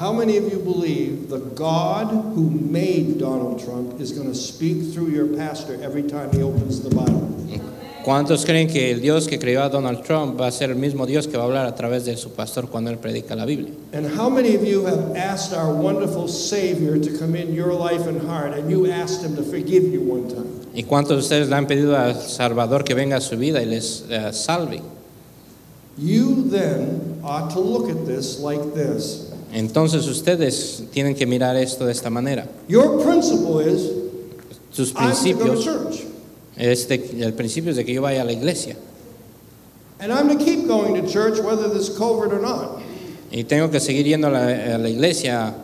B: How many of you believe the God who made Donald Trump is going to speak through your pastor every time he opens the Bible?
A: ¿Cuántos creen que el Dios que creó a Donald Trump va a ser el mismo Dios que va a hablar a través de su pastor cuando él predica la Biblia?
B: And how many of you have asked our wonderful Savior to come in your life and heart and you asked him to forgive you one time?
A: ¿Y cuántos de ustedes le han pedido al Salvador que venga a su vida y les eh, salve?
B: You then ought to look at this like this.
A: Entonces ustedes tienen que mirar esto de esta manera.
B: Your principle is
A: Sus
B: I'm to go to
A: principios,
B: church,
A: este, el principio es de que yo vaya a la iglesia
B: and I'm to keep going to church whether there's COVID or not.
A: y tengo que seguir yendo a la, a la iglesia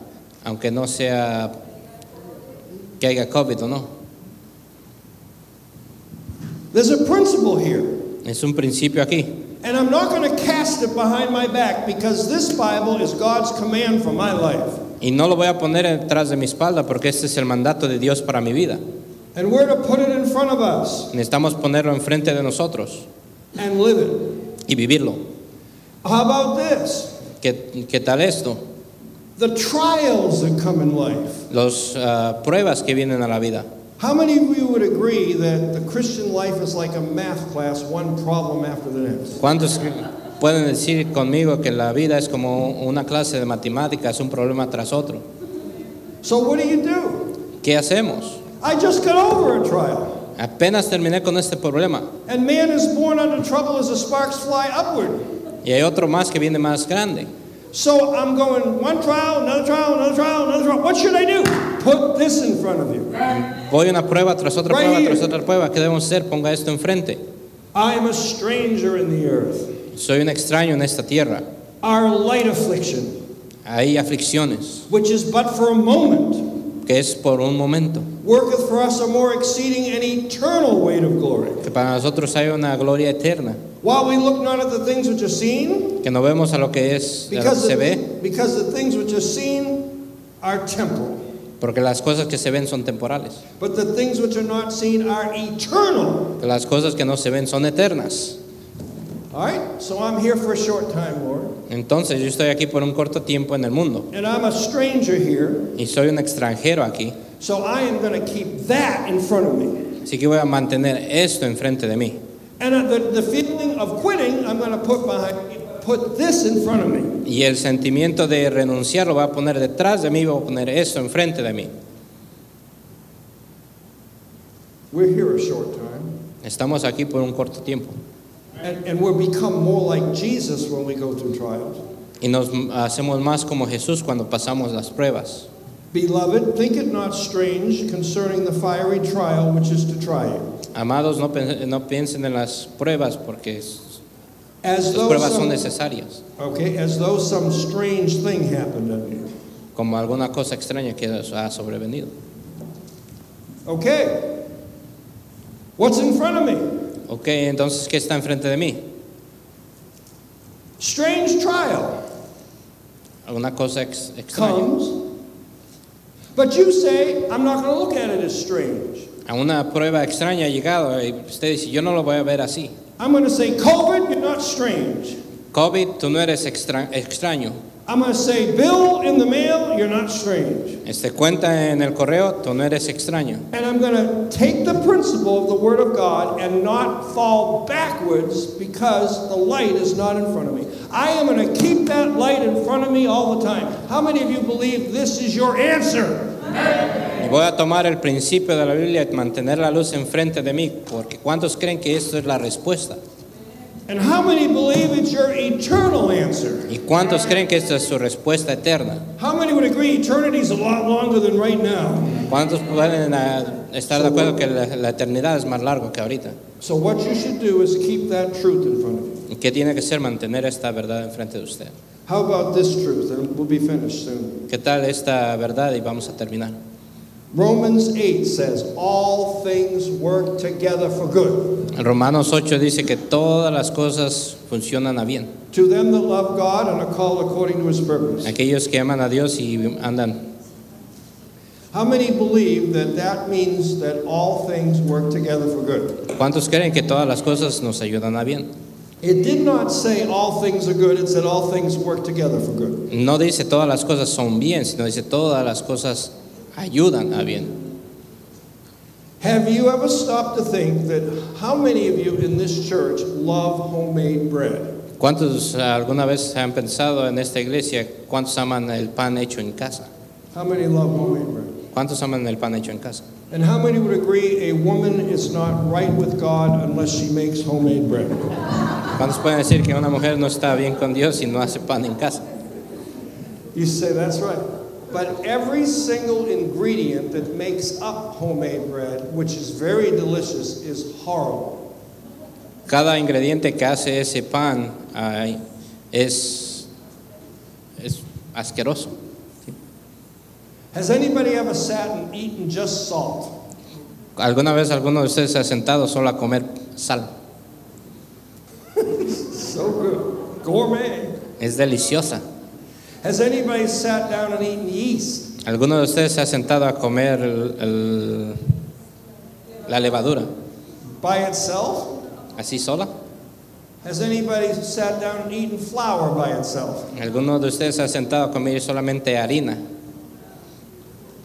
A: aunque no sea que haya COVID o no.
B: There's a principle here,
A: Es un principio aquí.
B: and I'm not going to cast it behind my back because this Bible is God's command for my life.
A: Y no lo voy a poner detrás de mi espalda porque este es el mandato de Dios para mi vida.
B: And we're to put it in front of us
A: Necesitamos ponerlo enfrente de nosotros
B: and live it.
A: y vivirlo.
B: How about this?
A: ¿Qué, qué tal esto?
B: The trials that come in life.
A: Las ah, pruebas que vienen a la vida.
B: How many of you would agree that the Christian life is like a math class, one problem after the next?
A: ¿Cuántos pueden decir conmigo que la vida es como una clase de matemáticas, un problema tras otro?
B: So what do you do?
A: ¿Qué hacemos?
B: I just got over a trial.
A: Apenas terminé con este problema
B: And man is born under trouble as the sparks fly upward.
A: y hay otro más que viene más grande.
B: So I'm going one trial, another trial, another trial, another trial. What should I do? Put this in front of you.
A: Voy una prueba tras otra
B: Right
A: prueba
B: here.
A: tras otra prueba. ¿Qué debemos hacer? Ponga esto enfrente.
B: I am a stranger in the earth.
A: Soy un extraño en esta tierra.
B: Our light affliction,
A: Hay aflicciones.
B: which is but for a moment,
A: que es por un momento,
B: worketh for us a more exceeding and eternal weight of glory.
A: que para nosotros hay una gloria eterna,
B: While we look not at the things which are seen,
A: que no vemos a lo que es, a lo que
B: because,
A: se ve,
B: the, because the things which are seen are temporal.
A: porque las cosas que se ven son temporales,
B: But the things which are not seen are eternal.
A: que las cosas que no se ven son eternas.
B: All right? So I'm here for a short time, Lord.
A: Entonces yo estoy aquí por un corto tiempo en el mundo
B: And I'm a stranger here.
A: y soy un extranjero aquí,
B: So I am going to keep that in front of me.
A: así que voy a mantener esto enfrente de mí.
B: And uh, the, the feeling of quitting, I'm going to put behind, put this in front of me.
A: Y el sentimiento de renunciar lo voy a poner detrás de mí, voy a poner esto enfrente de mí.
B: We're here a short time.
A: Estamos aquí por un corto tiempo
B: And, and we'll become more like Jesus when we go through trials.
A: y nos hacemos más como Jesús cuando pasamos las pruebas.
B: Beloved, think it not strange concerning the fiery trial which is to try you,
A: Amados, no, pen- no piensen en las pruebas porque es-
B: As
A: Las
B: though
A: pruebas son
B: some-
A: necesarias,
B: Okay, as though some strange thing happened unto you.
A: como alguna cosa extraña que os ha sobrevenido.
B: Okay. What's in front of me?
A: Ok, entonces, ¿qué está enfrente de mí?
B: Strange trial
A: Alguna cosa ex- extraña.
B: comes. But you say, I'm not going to look at it as strange.
A: A una prueba extraña ha llegado y usted dice, yo no lo voy a ver así.
B: I'm going to say, COVID, you're not strange.
A: COVID, tú no eres extra- extraño.
B: I'm going to say, bill in the mail, you're not strange.
A: Este cuenta en el correo, tú no eres extraño.
B: And I'm going to take the principle of the Word of God and not fall backwards because the light is not in front of me. I am going to keep that light in front of me all the time. How many of you believe this is your answer?
A: Y voy a tomar el principio de la Biblia y mantener la luz enfrente de mí, porque ¿cuántos creen que esto es la respuesta?
B: And how many believe it's your eternal answer?
A: ¿Y cuántos creen que esta es su respuesta eterna?
B: How many would agree eternity is a lot longer than right now?
A: ¿Cuántos pueden ah, estar de acuerdo que la, la eternidad es más largo que ahorita?
B: So, what you should do is keep that truth in front of
A: ¿Y
B: you.
A: qué tiene que ser mantener esta verdad enfrente de usted?
B: How about this truth? And we'll be finished soon.
A: ¿Qué tal esta verdad? Y vamos a terminar.
B: Romans 8 says, All things work together for good.
A: Romanos 8 dice que todas las cosas funcionan a bien.
B: To them that love God and are called according to his purpose.
A: Aquellos que aman a Dios y andan.
B: How many believe that that means that all things work together for good?
A: ¿Cuántos creen que todas las cosas nos ayudan a bien?
B: It did not say all things are good, it said all things work together for good.
A: No dice todas las cosas son bien, sino dice todas las cosas ayudan a bien.
B: Have you ever stopped to think that how many of you in this church love homemade bread?
A: ¿Cuántos alguna vez han pensado en esta iglesia cuántos aman el pan hecho en casa?
B: How many love homemade bread?
A: ¿Cuántos aman el pan hecho en casa?
B: And how many would agree a woman is not right with God unless she makes homemade bread?
A: ¿Cuántos pueden decir que una mujer no está bien con Dios si no hace pan en casa?
B: You say that's right. But every single ingredient that makes up homemade bread, which is very delicious, is horrible.
A: Cada ingrediente que hace ese pan ay, es, es asqueroso.
B: Has anybody ever sat and eaten just salt?
A: ¿Alguna vez alguno de ustedes se ha sentado solo a comer sal?
B: So good. Gourmet.
A: Es deliciosa.
B: Has anybody sat down and eaten yeast?
A: ¿Alguno de ustedes se ha sentado a comer el- el- la levadura
B: By itself?
A: así sola?
B: Has anybody sat down and eaten flour by itself?
A: ¿Alguno de ustedes se ha sentado a comer solamente harina?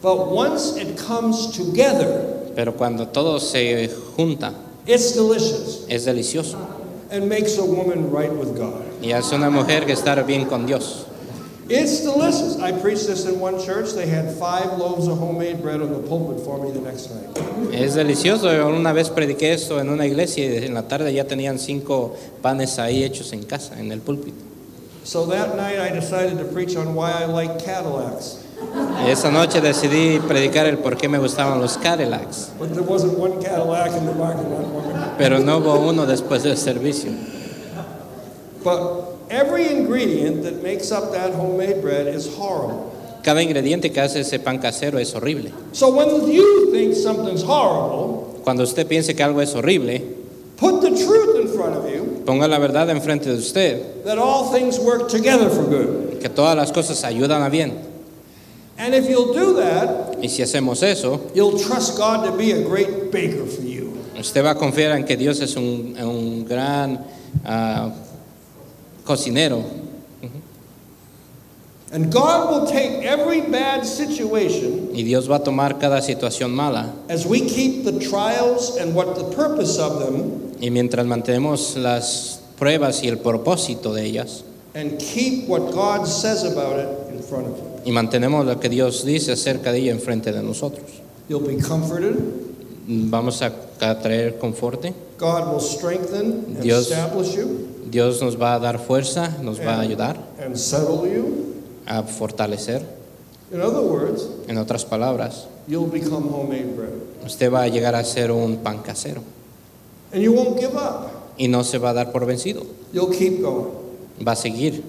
B: But once it comes together,
A: Pero cuando todo se junta,
B: it's delicious
A: es delicioso.
B: and makes a woman right with God.
A: Y hace una mujer que estar bien con Dios.
B: It's delicious. I preached this in one church. They had five loaves of homemade bread on the pulpit for me the next night.
A: Es delicioso. Yo Una vez prediqué esto en una iglesia y en la tarde ya tenían cinco panes ahí hechos en casa, en el púlpito.
B: So that night I decided to preach on why I like Cadillacs.
A: Y esa noche decidí predicar el por qué me gustaban los Cadillacs,
B: But there wasn't one Cadillac in the parking lot. for me.
A: pero no hubo uno después del servicio.
B: But every ingredient that makes up that homemade bread is horrible.
A: Cada ingrediente que hace ese pan casero es horrible.
B: So when you think something's horrible,
A: Cuando usted piense que algo es horrible,
B: put the truth in front of you
A: ponga la verdad enfrente de usted,
B: that all things work together for good.
A: que todas las cosas ayudan a bien.
B: And if you'll do that,
A: Y si hacemos eso,
B: you'll trust God to be a great baker for you.
A: usted va a confiar en que Dios es un, un gran ah, cocinero
B: And God will take every bad situation
A: y Dios va a tomar cada situación mala.
B: as we keep the trials and what the purpose of them
A: Y mientras mantenemos las pruebas y el propósito de ellas,
B: and keep what God says about it in front of you.
A: y mantenemos lo que Dios dice acerca de ella enfrente de nosotros,
B: You'll be comforted.
A: vamos a, a traer conforte.
B: God will strengthen and
A: Dios-
B: establish you
A: Dios nos va a dar fuerza, nos va a ayudar
B: and settle you.
A: a fortalecer.
B: In other words,
A: En otras palabras,
B: you'll become homemade bread.
A: usted va a llegar a ser un pan casero
B: And you won't give up.
A: y no se va a dar por vencido.
B: You'll keep going.
A: Va a seguir,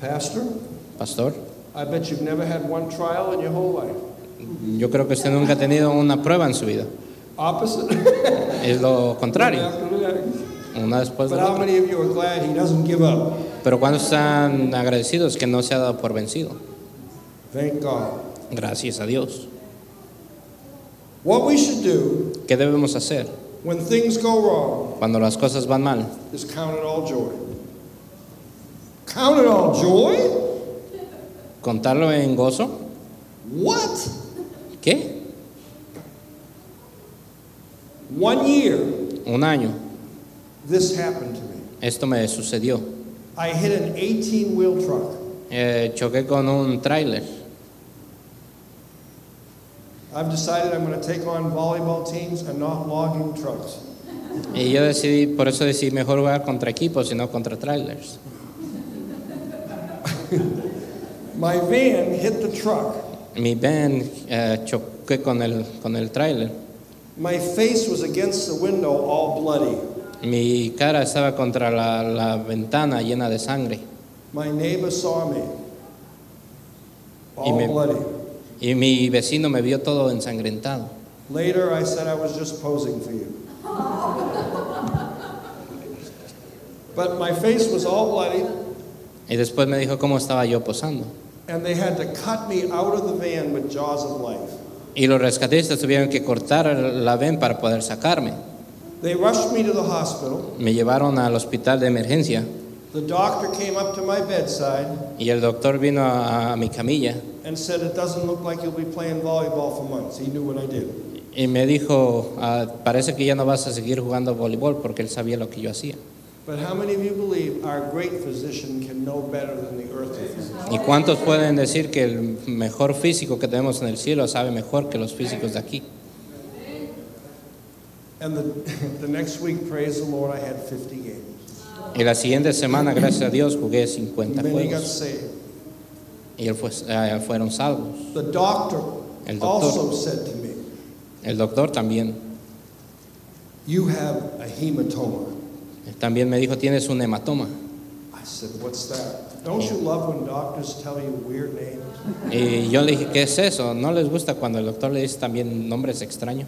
B: Pastor,
A: pastor.
B: I bet you've never had one trial in your whole life.
A: Yo creo que usted nunca ha tenido una prueba en su vida.
B: Opposite.
A: Es lo contrario, una después de
B: But
A: la
B: how
A: otra.
B: many of you are glad he doesn't give up?
A: Pero cuando están agradecidos que no se ha dado por vencido.
B: Thank God.
A: Gracias a Dios.
B: What we should do
A: ¿Qué debemos hacer
B: when things go wrong
A: cuando las cosas van mal?
B: is count it all joy. Count it all joy?
A: ¿Contarlo en gozo?
B: What?
A: ¿Qué?
B: One year,
A: Un año.
B: this happened to me.
A: Esto me sucedió.
B: I hit an 18 wheel truck.
A: Eh, choqué con un tráiler.
B: I've decided I'm going to take on volleyball teams and not logging trucks.
A: Y yo decidí, por eso decidí mejor jugar contra equipos y no contra trailers.
B: My van hit the truck.
A: Mi van eh, choqué con el, con el tráiler.
B: My face was against the window, all bloody.
A: Mi cara estaba contra la, la ventana llena de sangre.
B: My neighbor saw me,
A: Y
B: all
A: me-
B: bloody.
A: Y mi vecino me vio todo ensangrentado.
B: Later, I said I was just posing for you. but my face was all bloody,
A: Y después me dijo cómo estaba yo posando.
B: and they had to cut me out of the van with jaws of life.
A: Y los rescatistas tuvieron que cortar la ven para poder sacarme.
B: They rushed me to the hospital.
A: Me llevaron al hospital de emergencia
B: The doctor came up to my bedside
A: y el doctor vino a, a mi camilla
B: and said, It doesn't look like you'll be playing volleyball for months. He knew what I did.
A: y me dijo, "Ah, parece que ya no vas a seguir jugando voleibol porque él sabía lo que yo hacía.
B: But how many of you believe our great physician can know better than the earthly physician?
A: ¿Y cuántos pueden decir que el mejor físico que tenemos en el cielo sabe mejor que los físicos de aquí?
B: And the, (laughs) the next week, praise the Lord, I had 50 games.
A: Y la siguiente semana, gracias a Dios, jugué 50
B: Many got
A: juegos
B: saved.
A: y él fue- ah, fueron salvos.
B: The doctor
A: El doctor.
B: also said to me,
A: El doctor también,
B: You have a hematoma.
A: también me dijo, tienes un hematoma.
B: I said, What's that? Don't you love when doctors tell you weird names?
A: Y yo le dije, ¿qué es eso? ¿No les gusta cuando el doctor le dice también nombres extraños?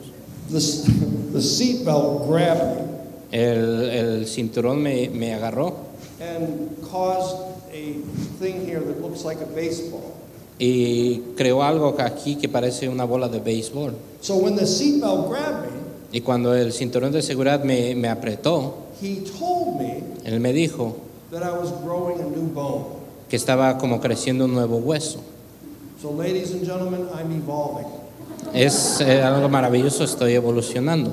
B: The, s- (laughs) the seatbelt grabbed me
A: El, el cinturón me, me agarró
B: and caused a thing here that looks like a baseball.
A: y creó algo aquí que parece una bola de béisbol.
B: So when the seatbelt grabbed me,
A: Y cuando el cinturón de seguridad me, me apretó,
B: he told me
A: él me dijo
B: that I was growing a new bone.
A: que estaba como creciendo un nuevo hueso.
B: So, ladies and gentlemen, I'm evolving.
A: Es eh, algo maravilloso, estoy evolucionando.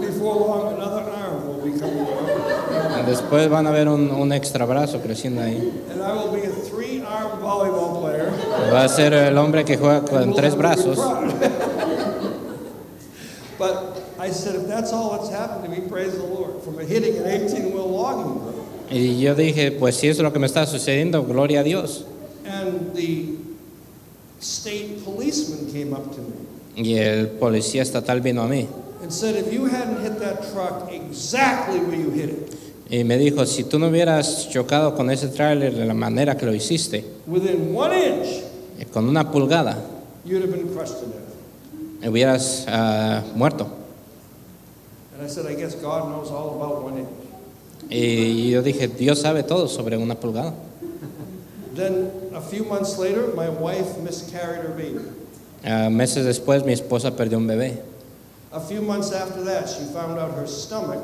B: Before long, another arm will be coming out,
A: Después van a ver un, un extra brazo creciendo ahí.
B: and I will be a three-arm volleyball player.
A: Va a ser el hombre que juega con tres brazos.
B: (laughs) but I said, if that's all that's happened to me, praise the Lord, from a hitting an 18-wheel logging group.
A: Y yo dije, pues si eso es lo que me está sucediendo, gloria a Dios.
B: And the state policeman came up to me
A: Y el policía estatal vino a mí
B: and said, if you hadn't hit that truck exactly where you hit it,
A: y me dijo, si tú no hubieras chocado con ese tráiler de la manera que lo hiciste,
B: within one inch,
A: eh, con una pulgada,
B: you'd have been crushed to death.
A: hubieras ah, muerto.
B: And I said, I guess God knows all about one inch.
A: Y yo dije, Dios sabe todo sobre una pulgada.
B: Then a few months later, my wife miscarried her baby.
A: Ah, meses después mi esposa perdió un bebé.
B: A few months after that, she found out her stomach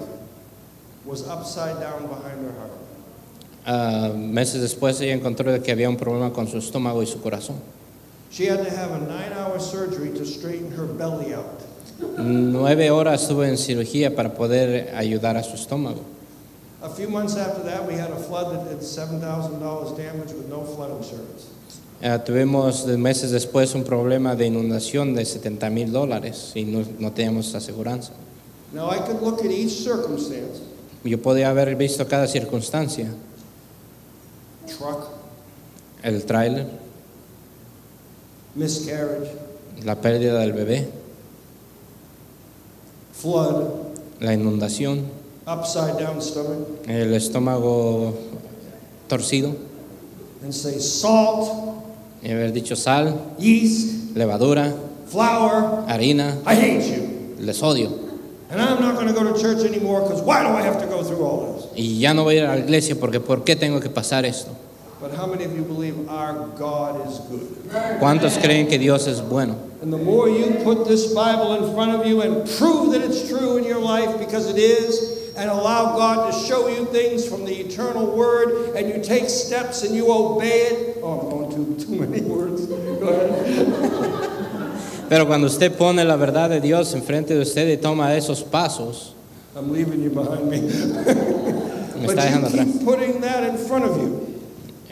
B: was upside down behind her heart.
A: Ah, meses después ella encontró de que había un problema con su estómago y su corazón.
B: She had to have a nine hour surgery to straighten her belly out.
A: Nueve horas estuvo en cirugía para poder ayudar a su estómago.
B: A few months after that, we had a flood that did $7,000 damage with no flood insurance.
A: Ah, tuvimos de- meses después un problema de inundación de 70 mil dólares y no, no teníamos aseguranza.
B: Now, I could look at each circumstance
A: Yo podía haber visto cada circunstancia,
B: truck,
A: el tráiler,
B: miscarriage,
A: la pérdida del bebé,
B: flood,
A: la inundación,
B: upside down stomach,
A: el estómago torcido,
B: and say salt,
A: y haber dicho sal,
B: yeast,
A: levadura,
B: flour,
A: harina,
B: I hate you.
A: les odio.
B: And I'm not going to go to church anymore because why do I have to go through all this?
A: Y ya no voy a ir a la iglesia porque ¿por qué tengo que pasar esto?
B: But how many of you believe our God is good?
A: ¿Cuántos creen que Dios es bueno?
B: And the more you put this Bible in front of you and prove that it's true in your life because it is, and allow God to show you things from the eternal word, and you take steps and you obey it. Oh, I'm going to too many words. Go ahead.
A: Pero cuando usted pone la verdad de Dios enfrente de usted y toma esos pasos,
B: I'm leaving you behind me. (laughs)
A: me
B: but
A: está dejando
B: you
A: atrás.
B: keep putting that in front of you.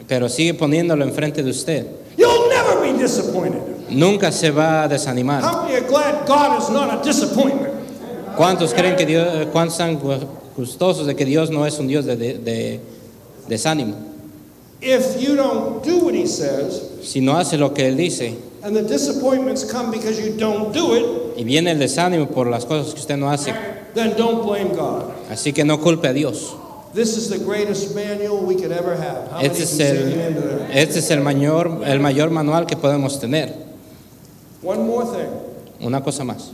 A: Pero sigue poniéndolo enfrente de usted.
B: You'll never be disappointed.
A: Nunca se va a desanimar.
B: How many are glad God is not a disappointment?
A: ¿Cuántos creen que Dios, eh, cuántos están gu- gustosos de que Dios no es un Dios de, de- de desánimo?
B: If you don't do what He says,
A: Si no hace lo que Él dice
B: and the disappointments come because you don't do it,
A: y viene el desánimo por las cosas que usted no hace,
B: then don't blame God.
A: así que no culpe a Dios.
B: This is the greatest manual we could ever have. How many
A: Este
B: can
A: es
B: say
A: el,
B: amen to that?
A: este es el mayor, el mayor manual que podemos tener.
B: One more thing.
A: Una cosa más.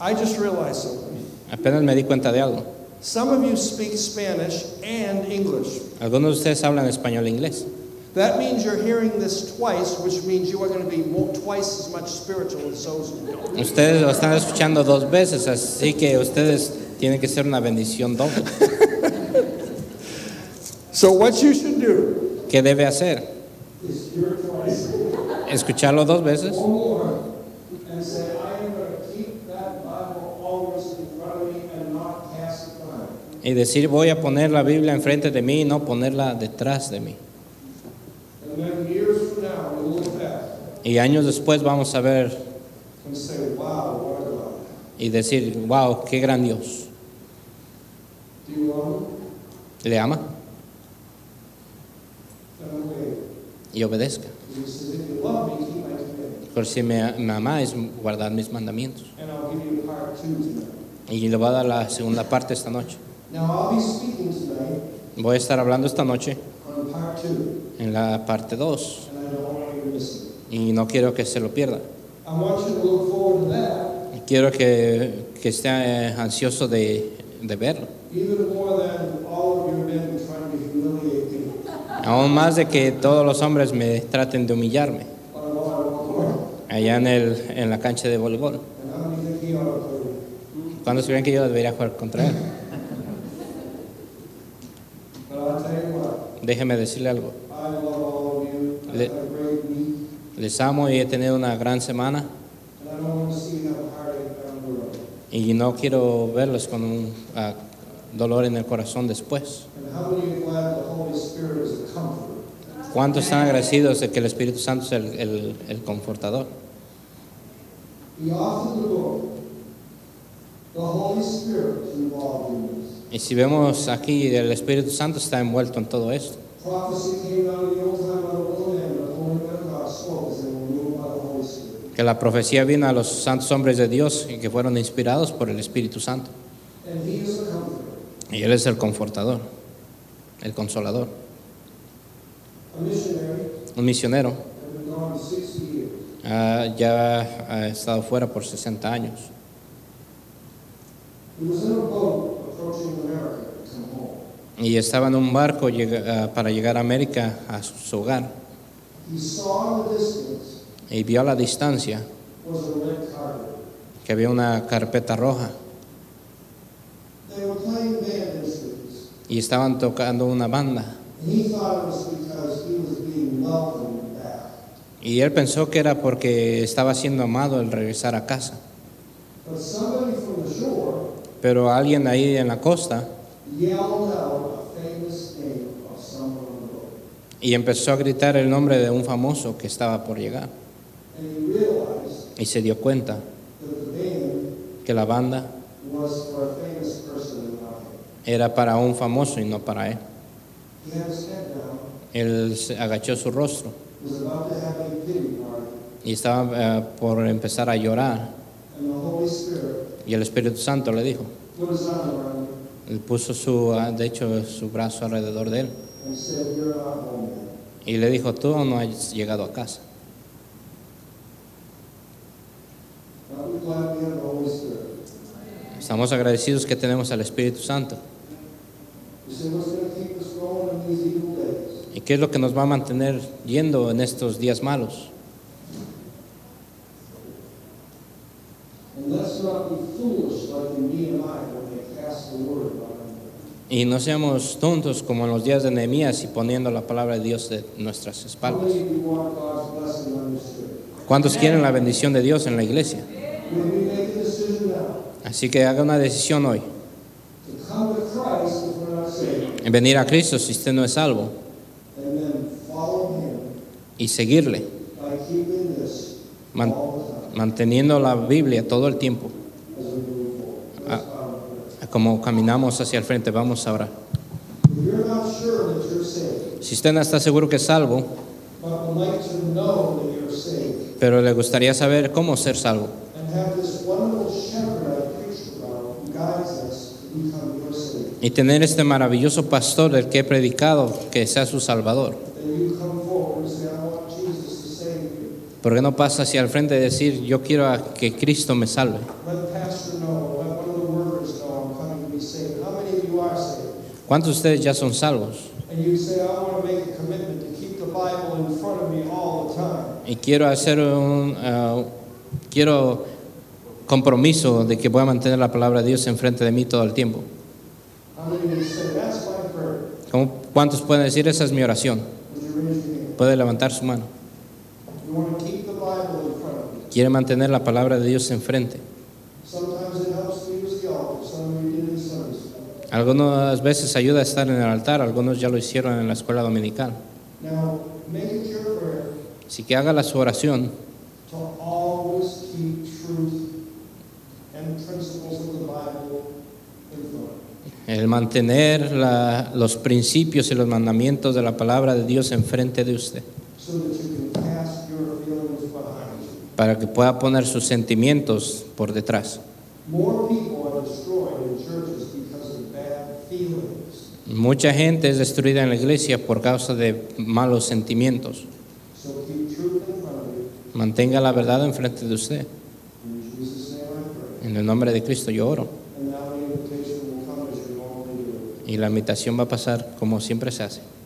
B: I just realized something.
A: Apenas me di cuenta de algo.
B: Some of you speak Spanish and English.
A: Algunos de ustedes hablan español e inglés.
B: That means you're hearing this twice, which means you are going to be more, twice as much spiritual as those who don't.
A: Ustedes lo están escuchando dos veces, así que ustedes tienen que ser una bendición doble.
B: So what you should do
A: ¿Qué debe hacer? Escucharlo dos veces
B: and say, I am going to keep that Bible always in front of me and not cast it by.
A: y decir voy a poner la Biblia enfrente de mí y no ponerla detrás de mí.
B: And then years from now, we'll look back
A: Y años después vamos a ver
B: and say, wow, what a God.
A: y decir, wow, qué gran Dios.
B: Do you love him?
A: Le ama
B: Then obey.
A: y obedezca.
B: He says, if you love me, keep my commandments.
A: Por si me, me amáis, guardad mis mandamientos.
B: And I'll give you part two tonight.
A: Y le voy a dar la segunda parte esta noche.
B: Now, I'll be speaking tonight
A: Voy a estar hablando esta noche
B: on part two,
A: en la parte 2
B: and I don't want you to miss it.
A: y no quiero que se lo pierda.
B: I want you to look forward to that
A: Quiero que, que esté eh, ansioso de, de verlo.
B: even more than all of your men trying to humiliate me.
A: Aún más de que todos los hombres me traten de humillarme
B: But I'm on a court,
A: allá en, el, en la cancha de voleibol.
B: and how many think he ought to play?
A: ¿Cuándo se creen que yo debería jugar contra él?
B: But I'll tell you what,
A: Déjeme decirle algo.
B: I love all of you. I've
A: Le-
B: had a great week,
A: Les amo y he tenido una gran semana
B: and I don't want to see you have a heartache down the road.
A: y no quiero verlos con un ah, dolor en el corazón después.
B: And how many are glad the Holy Spirit is a comforter?
A: ¿Cuántos están agradecidos de que el Espíritu Santo es el, el- el confortador?
B: He offered the book. The Holy Spirit is involved in this.
A: Y si vemos aquí, el Espíritu Santo está envuelto en todo esto.
B: Prophecy came out of the old time by the old man, but the Holy Man of God spoke as they were moved by the Holy Spirit.
A: Que la profecía vino a los santos hombres de Dios y que fueron inspirados por el Espíritu Santo.
B: And he is a comforter.
A: Y Él es el confortador, el consolador,
B: A missionary,
A: un misionero.
B: I've been gone 60 years.
A: ah, ya ha estado fuera por 60 años.
B: He was in a boat approaching America to come home.
A: Y estaba en un barco llega- ah, para llegar a América, a su su hogar.
B: He saw in the distance
A: Y vio a la distancia
B: was a red carpet.
A: que había una carpeta roja.
B: They were playing band instruments.
A: Y estaban tocando una banda.
B: And he thought it was because he was being welcomed back.
A: Y él pensó que era porque estaba siendo amado el regresar a casa.
B: But somebody from the shore
A: Pero alguien ahí en la costa
B: yelled out a famous name of someone on the boat.
A: y empezó a gritar el nombre de un famoso que estaba por llegar.
B: And he realized
A: Y se dio cuenta
B: that the band
A: que la banda
B: was for a famous person in our home.
A: era para un famoso y no para él.
B: He had his head down,
A: Él se agachó su rostro
B: was about to have a pity party,
A: y estaba eh, por empezar a llorar.
B: and the Holy Spirit
A: Y el Espíritu Santo le dijo,
B: put his arm around him
A: Él puso su, ah, de hecho, su brazo alrededor de él
B: and said, You're not home yet.
A: y le dijo, tú aún no has llegado a casa.
B: Aren't we glad we have the Holy Spirit?
A: Estamos agradecidos que tenemos al Espíritu Santo.
B: You say, What's going to keep us going in these evil days?
A: ¿Y qué es lo que nos va a mantener yendo en estos días malos?
B: And let's not be foolish like in Nehemiah when they cast the word upon him.
A: Y no seamos tontos como en los días de Nehemías y poniendo la palabra de Dios de nuestras
B: How
A: espaldas.
B: many of you want God's blessing on your spirit?
A: ¿Cuántos quieren la bendición de Dios en la iglesia?
B: May we make a decision now
A: Así que haga una decisión hoy.
B: to come to Christ if we're not saved
A: En venir a Cristo si usted no es salvo
B: and then follow him
A: y seguirle,
B: by keeping this
A: Man-
B: all the time
A: manteniendo la Biblia todo el tiempo.
B: as we move forward. That's our prayer.
A: Como caminamos hacia el frente, vamos a orar.
B: If you're not sure that you're saved,
A: Si usted no está seguro que es salvo,
B: but would like to know that you're saved
A: pero le gustaría saber cómo ser salvo,
B: and have this wonderful shepherd I preached about who guides us to become your Savior,
A: y tener este maravilloso pastor del que he predicado que sea su salvador.
B: then you come forward and say, I want Jesus to save you.
A: ¿Por qué no pasa hacia el frente y decir, yo quiero a que Cristo me salve?
B: Let Pastor know, let one of the workers know I'm coming to be saved. How many of you are saved?
A: ¿Cuántos de ustedes ya son salvos?
B: And you say, I want to make a commitment to keep the Bible in front of me all the time.
A: Y quiero hacer un ah, quiero compromiso de que voy a mantener la palabra de Dios enfrente de mí todo el tiempo.
B: How many of you say, that's my prayer?
A: ¿Cómo- ¿Cuántos pueden decir esa es mi oración?
B: Would you raise your hand?
A: Puede levantar su mano.
B: You want to keep the Bible in front of you.
A: Quiere mantener la palabra de Dios enfrente.
B: Sometimes it helps to use the altar. Some of you did in Sunday school.
A: Algunas veces ayuda a estar en el altar, algunos ya lo hicieron en la escuela dominical.
B: Now, make it your prayer
A: Así que haga la su oración
B: to always keep truth and principles of the Bible in front.
A: El mantener la- los principios y los mandamientos de la palabra de Dios enfrente de usted,
B: So that you can cast your feelings behind you.
A: para que pueda poner sus sentimientos por detrás.
B: More people are destroyed in churches because of bad feelings.
A: Mucha gente es destruida en la iglesia por causa de malos sentimientos.
B: So keep truth in front of you.
A: Mantenga la verdad enfrente de usted.
B: In Jesus' name I pray.
A: En el nombre de Cristo yo oro.
B: And now the invitation will come as you normally do.
A: Y la invitación va a pasar como siempre se hace.